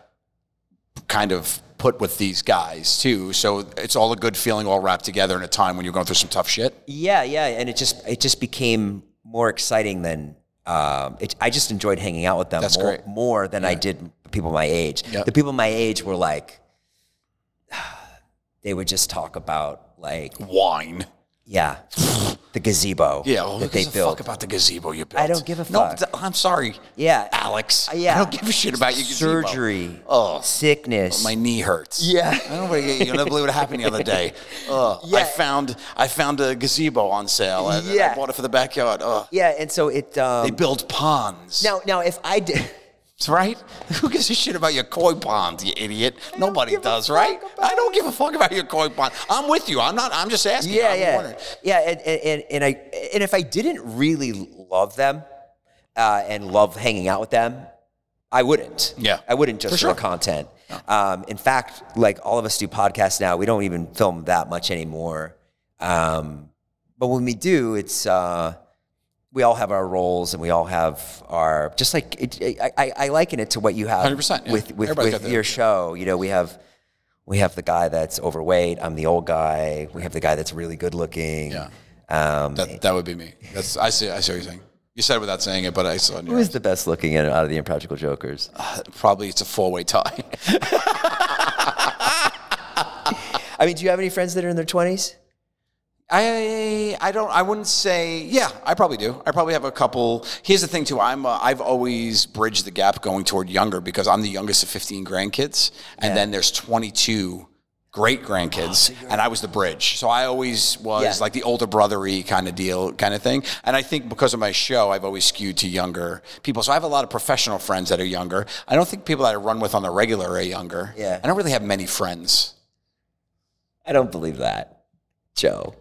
Speaker 2: kind of put with these guys too. So it's all a good feeling all wrapped together in a time when you're going through some tough shit.
Speaker 3: Yeah, yeah, and it just it just became more exciting than um, it, I just enjoyed hanging out with them
Speaker 2: That's
Speaker 3: more,
Speaker 2: great.
Speaker 3: more than I did people my age.
Speaker 2: Yep.
Speaker 3: The people my age were like, they would just talk about like,
Speaker 2: Wine.
Speaker 3: yeah, the gazebo
Speaker 2: Yeah. Well, who
Speaker 3: that they
Speaker 2: gives a fuck
Speaker 3: built.
Speaker 2: about the gazebo you built?
Speaker 3: I don't give a fuck.
Speaker 2: No, I'm sorry.
Speaker 3: Yeah. Uh,
Speaker 2: Alex.
Speaker 3: Yeah.
Speaker 2: I don't give a shit about your gazebo.
Speaker 3: Surgery,
Speaker 2: Oh.
Speaker 3: sickness.
Speaker 2: My knee hurts.
Speaker 3: Yeah.
Speaker 2: I don't know. You'll never believe what happened the other day. Ugh. I
Speaker 3: Yeah.
Speaker 2: found I found a gazebo on sale. And
Speaker 3: Yeah.
Speaker 2: I bought it for the backyard. Ugh.
Speaker 3: yeah, and so it. Um,
Speaker 2: They build ponds.
Speaker 3: now, now, if I did.
Speaker 2: That's right? Who gives a shit about your koi pond, you idiot? Nobody
Speaker 3: give a
Speaker 2: does,
Speaker 3: fuck
Speaker 2: right?
Speaker 3: about
Speaker 2: I don't give a fuck about your koi pond. I'm with you. I'm not. I'm just asking.
Speaker 3: yeah,
Speaker 2: I'm
Speaker 3: yeah,
Speaker 2: wondering.
Speaker 3: yeah. And, and and and I and if I didn't really love them uh, and love hanging out with them, I wouldn't.
Speaker 2: Yeah.
Speaker 3: I wouldn't just for,
Speaker 2: For sure.
Speaker 3: the content. Um, in fact, like all of us do podcasts now, we don't even film that much anymore. Um, but when we do, it's. Uh, we all have our roles, and we all have our just like it, I, I, I liken it to what you have
Speaker 2: 100%, yeah.
Speaker 3: with with,
Speaker 2: Everybody's got
Speaker 3: with
Speaker 2: their-
Speaker 3: your show. You know, we have we have the guy that's overweight. I'm the old guy. We have the guy that's really good looking.
Speaker 2: Yeah.
Speaker 3: Um,
Speaker 2: That, that would be me. That's. I see. I see what you're saying. You said it without saying it, but I saw. it in your
Speaker 3: who is the best looking in- out of the Impractical Jokers?
Speaker 2: eyes. Probably it's a four-way tie.
Speaker 3: I mean, do you have any friends that are in their 20s?
Speaker 2: I I don't I wouldn't say yeah I probably do I probably have a couple here's the thing too I'm uh, I've always bridged the gap going toward younger because I'm the youngest of 15 grandkids and then there's 22 great grandkids and I was the bridge so I always was
Speaker 3: Oh, Yeah.
Speaker 2: like the older brothery kind of deal kind of thing and I think because of my show I've always skewed to younger people so I have a lot of professional friends that are younger I don't think people that I run with on the regular are younger
Speaker 3: Yeah.
Speaker 2: I don't really have many friends
Speaker 3: I don't believe that, Joe.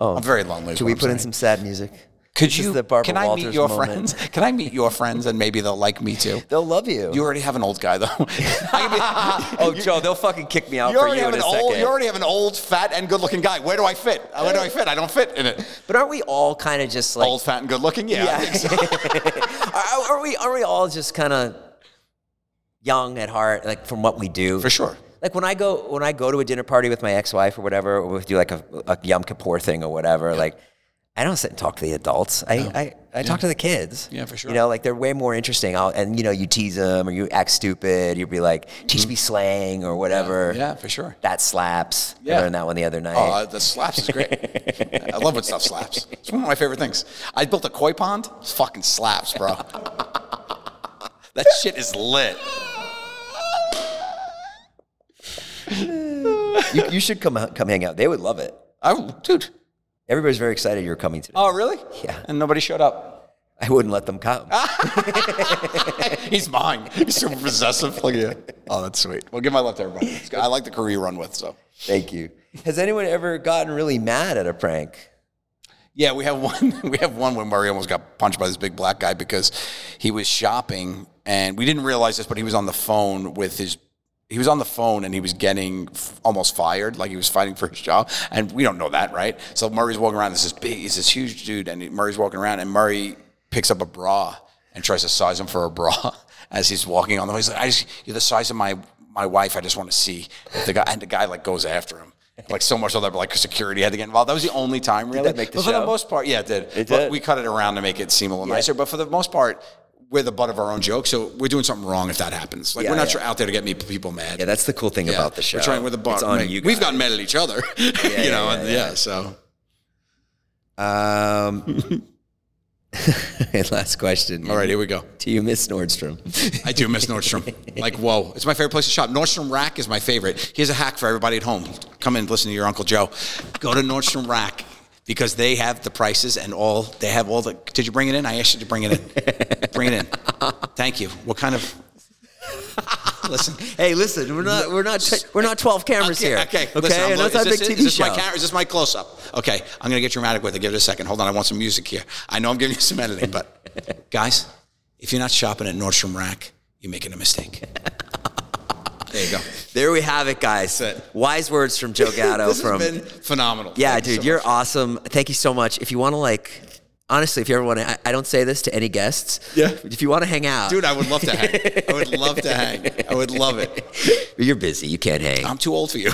Speaker 2: I'm very lonely is
Speaker 3: Should
Speaker 2: what
Speaker 3: we
Speaker 2: I'm
Speaker 3: put in
Speaker 2: saying.
Speaker 3: some sad music?
Speaker 2: Could
Speaker 3: This is
Speaker 2: you?
Speaker 3: the Barbara
Speaker 2: can I meet
Speaker 3: Walters
Speaker 2: your
Speaker 3: moment.
Speaker 2: friends? Can I meet your friends and maybe they'll like me too?
Speaker 3: They'll love you.
Speaker 2: You already have an old guy though. I
Speaker 3: oh, Joe, they'll fucking kick me out
Speaker 2: mean, you
Speaker 3: for
Speaker 2: already
Speaker 3: you
Speaker 2: have
Speaker 3: in
Speaker 2: an
Speaker 3: a
Speaker 2: old.
Speaker 3: second.
Speaker 2: You already have an old, fat, and good-looking guy. Where do I fit? Uh, Where do I fit? I don't fit in it.
Speaker 3: but aren't we all kind of just like
Speaker 2: Old, fat, and good-looking. Yeah. I think so.
Speaker 3: are, are we are we all just kind of young at heart, like from what we do?
Speaker 2: For sure.
Speaker 3: Like when I go when I go to a dinner party with my ex wife or whatever, or we do like a, a Yom Kippur thing or whatever, like. I don't sit and talk to the adults. I, I, I talk to the kids.
Speaker 2: Yeah, for sure.
Speaker 3: You know, like they're way more interesting. I'll, and you know, you tease them or you act stupid. You'd be like, teach me slang or whatever.
Speaker 2: Yeah, for sure.
Speaker 3: That slaps.
Speaker 2: Yeah.
Speaker 3: I learned that one the other night.
Speaker 2: Oh, uh, the slaps is great. I love when stuff slaps. It's one of my favorite things. I built a koi pond. It's fucking slaps, bro. that shit is lit.
Speaker 3: you, you should come come hang out. They would love it.
Speaker 2: Oh, dude.
Speaker 3: Everybody's very excited you're coming today.
Speaker 2: Oh, really?
Speaker 3: Yeah.
Speaker 2: And nobody showed up.
Speaker 3: I wouldn't let them come.
Speaker 2: He's mine. He's super possessive. Look at you. Oh, that's sweet. Well, give my love to everybody. It's good. I like the career run with. So
Speaker 3: Thank you. Has anyone ever gotten really mad at a prank?
Speaker 2: yeah, we have one. We have one when Murray almost got punched by this big black guy because he was shopping and we didn't realize this, but he was on the phone with his. He was on the phone and he was getting f- almost fired, like he was fighting for his job. And we don't know that, right? So Murray's walking around. This is big. He's this huge dude, and Murray's walking around, and Murray picks up a bra and tries to size him for a bra as he's walking on the way. He's like, I just, you're the size of my my wife. I just want to see if the guy and the guy like goes after him. Like so much other like security had to get involved. That was the only time really.
Speaker 3: that make the
Speaker 2: but for the
Speaker 3: show?
Speaker 2: most part, yeah, it did.
Speaker 3: It
Speaker 2: But
Speaker 3: did.
Speaker 2: we cut it around to make it seem a little nicer. But for the most part, we're the butt of our own joke, so we're doing something wrong if that happens. Like
Speaker 3: Yeah,
Speaker 2: we're not
Speaker 3: yeah.
Speaker 2: sure out there to get me people mad.
Speaker 3: Yeah, that's the cool thing
Speaker 2: Yeah.
Speaker 3: about the show.
Speaker 2: We're trying with the butt.
Speaker 3: It's on
Speaker 2: Like,
Speaker 3: you.
Speaker 2: We've
Speaker 3: guys.
Speaker 2: gotten mad at each other.
Speaker 3: yeah,
Speaker 2: you know,
Speaker 3: yeah,
Speaker 2: and
Speaker 3: yeah.
Speaker 2: yeah, so
Speaker 3: Um, and last question.
Speaker 2: all right, here we go.
Speaker 3: Do you miss Nordstrom?
Speaker 2: I do miss Nordstrom. like, whoa, it's my favorite place to shop. Nordstrom Rack is my favorite. Here's a hack for everybody at home. Come in, listen to your Uncle Joe. Go to Nordstrom Rack because they have the prices and all. They have all the. Did you bring it in? I asked you to bring it in. bring it in. Thank you. What kind of. Listen.
Speaker 3: Hey, listen, we're not we're not we're not twelve cameras here.
Speaker 2: Okay.
Speaker 3: okay,
Speaker 2: Listen, I'm
Speaker 3: and that's
Speaker 2: looking-
Speaker 3: not a
Speaker 2: is this
Speaker 3: big
Speaker 2: it?
Speaker 3: TV
Speaker 2: is this
Speaker 3: show.
Speaker 2: My camera, is this my close up? Okay. I'm gonna get dramatic with it. Give it a second. Hold on. I want some music here. I know I'm giving you some editing, but guys, if you're not shopping at Nordstrom Rack, you're making a mistake. there you go.
Speaker 3: There we have it, guys.
Speaker 2: That's it.
Speaker 3: Wise words from Joe Gatto
Speaker 2: this
Speaker 3: from
Speaker 2: has been phenomenal.
Speaker 3: Yeah,
Speaker 2: Thank you
Speaker 3: dude,
Speaker 2: so
Speaker 3: you're
Speaker 2: much.
Speaker 3: awesome. Thank you so much. If you want to like, honestly, if you ever want to, I, I don't say this to any guests.
Speaker 2: Yeah.
Speaker 3: If you want to hang out,
Speaker 2: dude. I would love to hang. I would love to hang. I would love it.
Speaker 3: you're busy. You can't hang.
Speaker 2: I'm too old for you.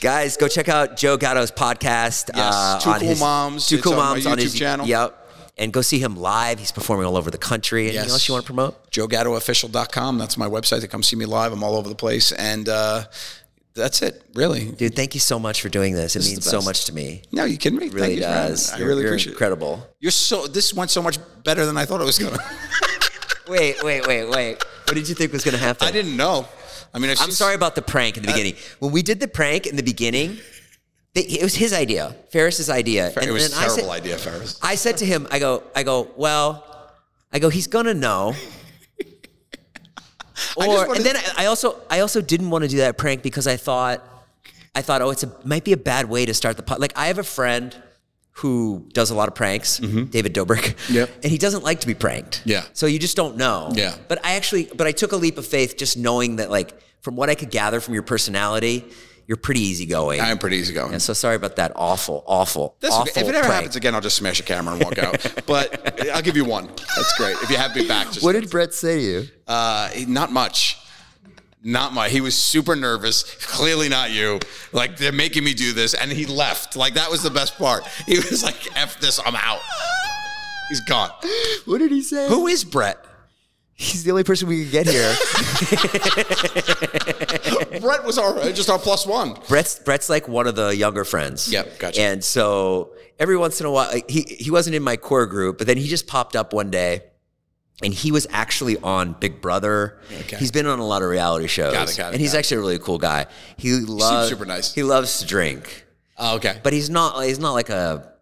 Speaker 3: Guys, go check out Joe Gatto's podcast. uh,
Speaker 2: Yes, Two
Speaker 3: on
Speaker 2: Cool
Speaker 3: his-
Speaker 2: Moms.
Speaker 3: Two
Speaker 2: It's
Speaker 3: cool
Speaker 2: on my
Speaker 3: moms on his
Speaker 2: YouTube channel.
Speaker 3: Yep. And go see him live. He's performing all over the country. Anything
Speaker 2: Yes.
Speaker 3: else you want to promote?
Speaker 2: JoeGattoOfficial.com. That's my website to come see me live. I'm all over the place. And uh, that's it, really.
Speaker 3: Dude, thank you so much for doing this. It
Speaker 2: is
Speaker 3: means
Speaker 2: the
Speaker 3: so
Speaker 2: best.
Speaker 3: much to me.
Speaker 2: No, you kidding me?
Speaker 3: It really
Speaker 2: Thank you for having me.
Speaker 3: does.
Speaker 2: I
Speaker 3: You're-
Speaker 2: really
Speaker 3: you're
Speaker 2: appreciate it.
Speaker 3: incredible.
Speaker 2: You're so, this went so much better than I thought it was going to.
Speaker 3: Wait, wait, wait, wait. What did you think was going to happen?
Speaker 2: I didn't Uh, know. I mean, I've
Speaker 3: I'm
Speaker 2: seen-
Speaker 3: sorry about the prank in the beginning. When we did the prank in the beginning, they, it was his idea, Ferris's idea.
Speaker 2: It was a
Speaker 3: I
Speaker 2: terrible
Speaker 3: said,
Speaker 2: idea, Ferris.
Speaker 3: I said to him, I go, I go, well, I go, he's gonna know.
Speaker 2: I just
Speaker 3: Or
Speaker 2: wanted-
Speaker 3: and then I, I also I also didn't want to do that prank because I thought I thought oh it's a might be a bad way to start the pod. Like I have a friend who does a lot of pranks, David Dobrik.
Speaker 2: Mm-hmm. Yep.
Speaker 3: And he doesn't like to be pranked.
Speaker 2: Yeah.
Speaker 3: So you just don't know.
Speaker 2: Yeah.
Speaker 3: But I actually but I took a leap of faith just knowing that like from what I could gather from your personality, you're pretty easygoing.
Speaker 2: I am pretty easygoing.
Speaker 3: and so sorry about that awful, awful,
Speaker 2: That's
Speaker 3: awful
Speaker 2: okay. If it ever
Speaker 3: prank.
Speaker 2: happens again, I'll just smash a camera and walk out. but I'll give you one. That's great. If you have me back, just
Speaker 3: What did Brett say to you?
Speaker 2: Uh, not much. Not much. He was super nervous. Clearly not you. Like they're making me do this, and he left. Like that was the best part. He was like, "F this, I'm out." He's gone.
Speaker 3: What did he say?
Speaker 2: Who is Brett?
Speaker 3: He's the only person we could get here.
Speaker 2: Brett was our just our plus one.
Speaker 3: Brett's Brett's like one of the younger friends.
Speaker 2: Yep, gotcha.
Speaker 3: And so every once in a while, like, he he wasn't in my core group, but then he just popped up one day, and he was actually on Big Brother.
Speaker 2: Okay.
Speaker 3: He's been on a lot of reality shows,
Speaker 2: Got it, got it,
Speaker 3: and he's
Speaker 2: got it.
Speaker 3: actually a really cool guy. He loves
Speaker 2: super nice.
Speaker 3: He loves to drink,
Speaker 2: Oh, okay.
Speaker 3: but he's not he's not like a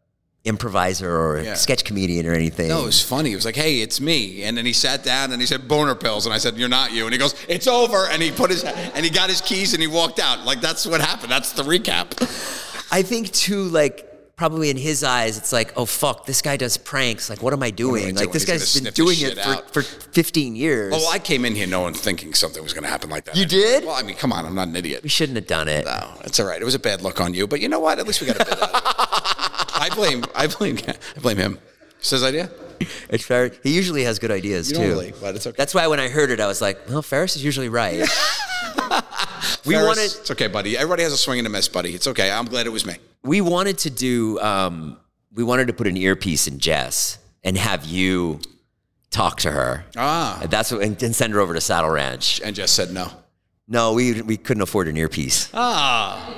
Speaker 3: improviser or a
Speaker 2: Yeah.
Speaker 3: sketch comedian or anything.
Speaker 2: No, it was funny. He was like, "Hey, it's me," and then he sat down and he said, "Boner pills," and I said, "You're not you." And he goes, "It's over," and he put his and he got his keys and he walked out. Like that's what happened. That's the recap.
Speaker 3: I think too, like probably in his eyes, it's like, oh fuck, this guy does pranks. Like, what am I doing?
Speaker 2: doing?
Speaker 3: Like, this
Speaker 2: He's
Speaker 3: guy's
Speaker 2: gonna
Speaker 3: been
Speaker 2: sniff his
Speaker 3: doing it
Speaker 2: shit out.
Speaker 3: for, for 15 years.
Speaker 2: Oh, I came in here knowing, thinking something was going to happen like that.
Speaker 3: You
Speaker 2: I didn't-
Speaker 3: did?
Speaker 2: Well, I mean, come on, I'm not an
Speaker 3: we
Speaker 2: idiot.
Speaker 3: shouldn't have done it.
Speaker 2: No, it's all right. It was a bad look on you, but you know what? At least we got a bit. Out of it. I blame, I blame, I blame him. It's his idea.
Speaker 3: It's fair. He usually has good ideas too.
Speaker 2: Normally, but it's okay.
Speaker 3: That's why when I heard it, I was like, well, Ferris is usually right. we
Speaker 2: Ferris,
Speaker 3: wanted
Speaker 2: It's okay, buddy. Everybody has a swing and a miss, buddy. It's okay. I'm glad it was me.
Speaker 3: we wanted to do um, we wanted to put an earpiece in Jess and have you talk to her.
Speaker 2: Ah,
Speaker 3: And that's what and, and send her over to Saddle Ranch.
Speaker 2: and just said no.
Speaker 3: No, we we couldn't afford an earpiece.
Speaker 2: Ah,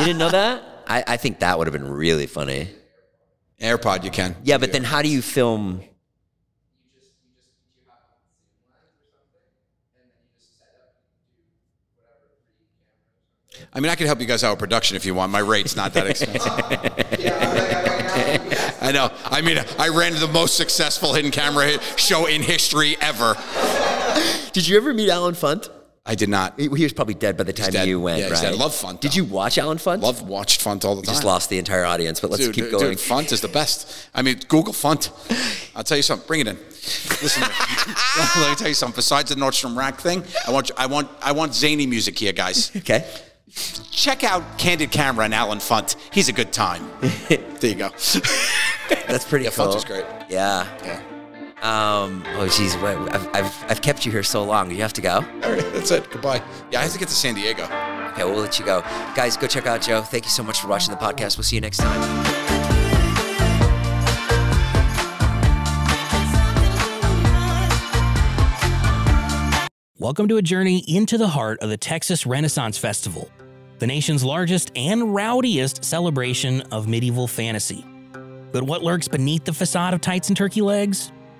Speaker 3: You didn't know that? I, I think that would have been really funny.
Speaker 2: AirPod, you can.
Speaker 3: Yeah, but then how do you film?
Speaker 2: I mean, I can help you guys out with production if you want. My rate's not that expensive. I know. I mean, I ran the most successful hidden camera show in history ever.
Speaker 3: Did you ever meet Alan Funt?
Speaker 2: I did not.
Speaker 3: He, he was probably dead by the time
Speaker 2: dead.
Speaker 3: you went,
Speaker 2: Yeah,
Speaker 3: right?
Speaker 2: he's dead. Love Funt,
Speaker 3: Did
Speaker 2: though.
Speaker 3: you watch Alan Funt?
Speaker 2: Love watched Funt all the time.
Speaker 3: Just lost the entire audience, but let's
Speaker 2: dude,
Speaker 3: keep
Speaker 2: dude,
Speaker 3: going.
Speaker 2: Dude, Funt is the best. I mean, Google Funt. I'll tell you something. Bring it in. Listen, to me. let me tell you something. Besides the Nordstrom Rack thing, I want, you- I want, I want zany music here, guys.
Speaker 3: Okay.
Speaker 2: Check out Candid Camera and Alan Funt. He's a good time. there you go.
Speaker 3: That's pretty
Speaker 2: Yeah,
Speaker 3: cool.
Speaker 2: Funt was great.
Speaker 3: Yeah.
Speaker 2: Yeah.
Speaker 3: Um, oh, geez. Wait, I've, I've, I've kept you here so long. Do you have to go?
Speaker 2: All right, that's it. Goodbye. Yeah, I have to get to San Diego.
Speaker 3: Okay, we'll let you go. Guys, go check out Joe. Thank you so much for watching the podcast. We'll see you next time.
Speaker 4: Welcome to a journey into the heart of the Texas Renaissance Festival, the nation's largest and rowdiest celebration of medieval fantasy. But what lurks beneath the facade of tights and turkey legs?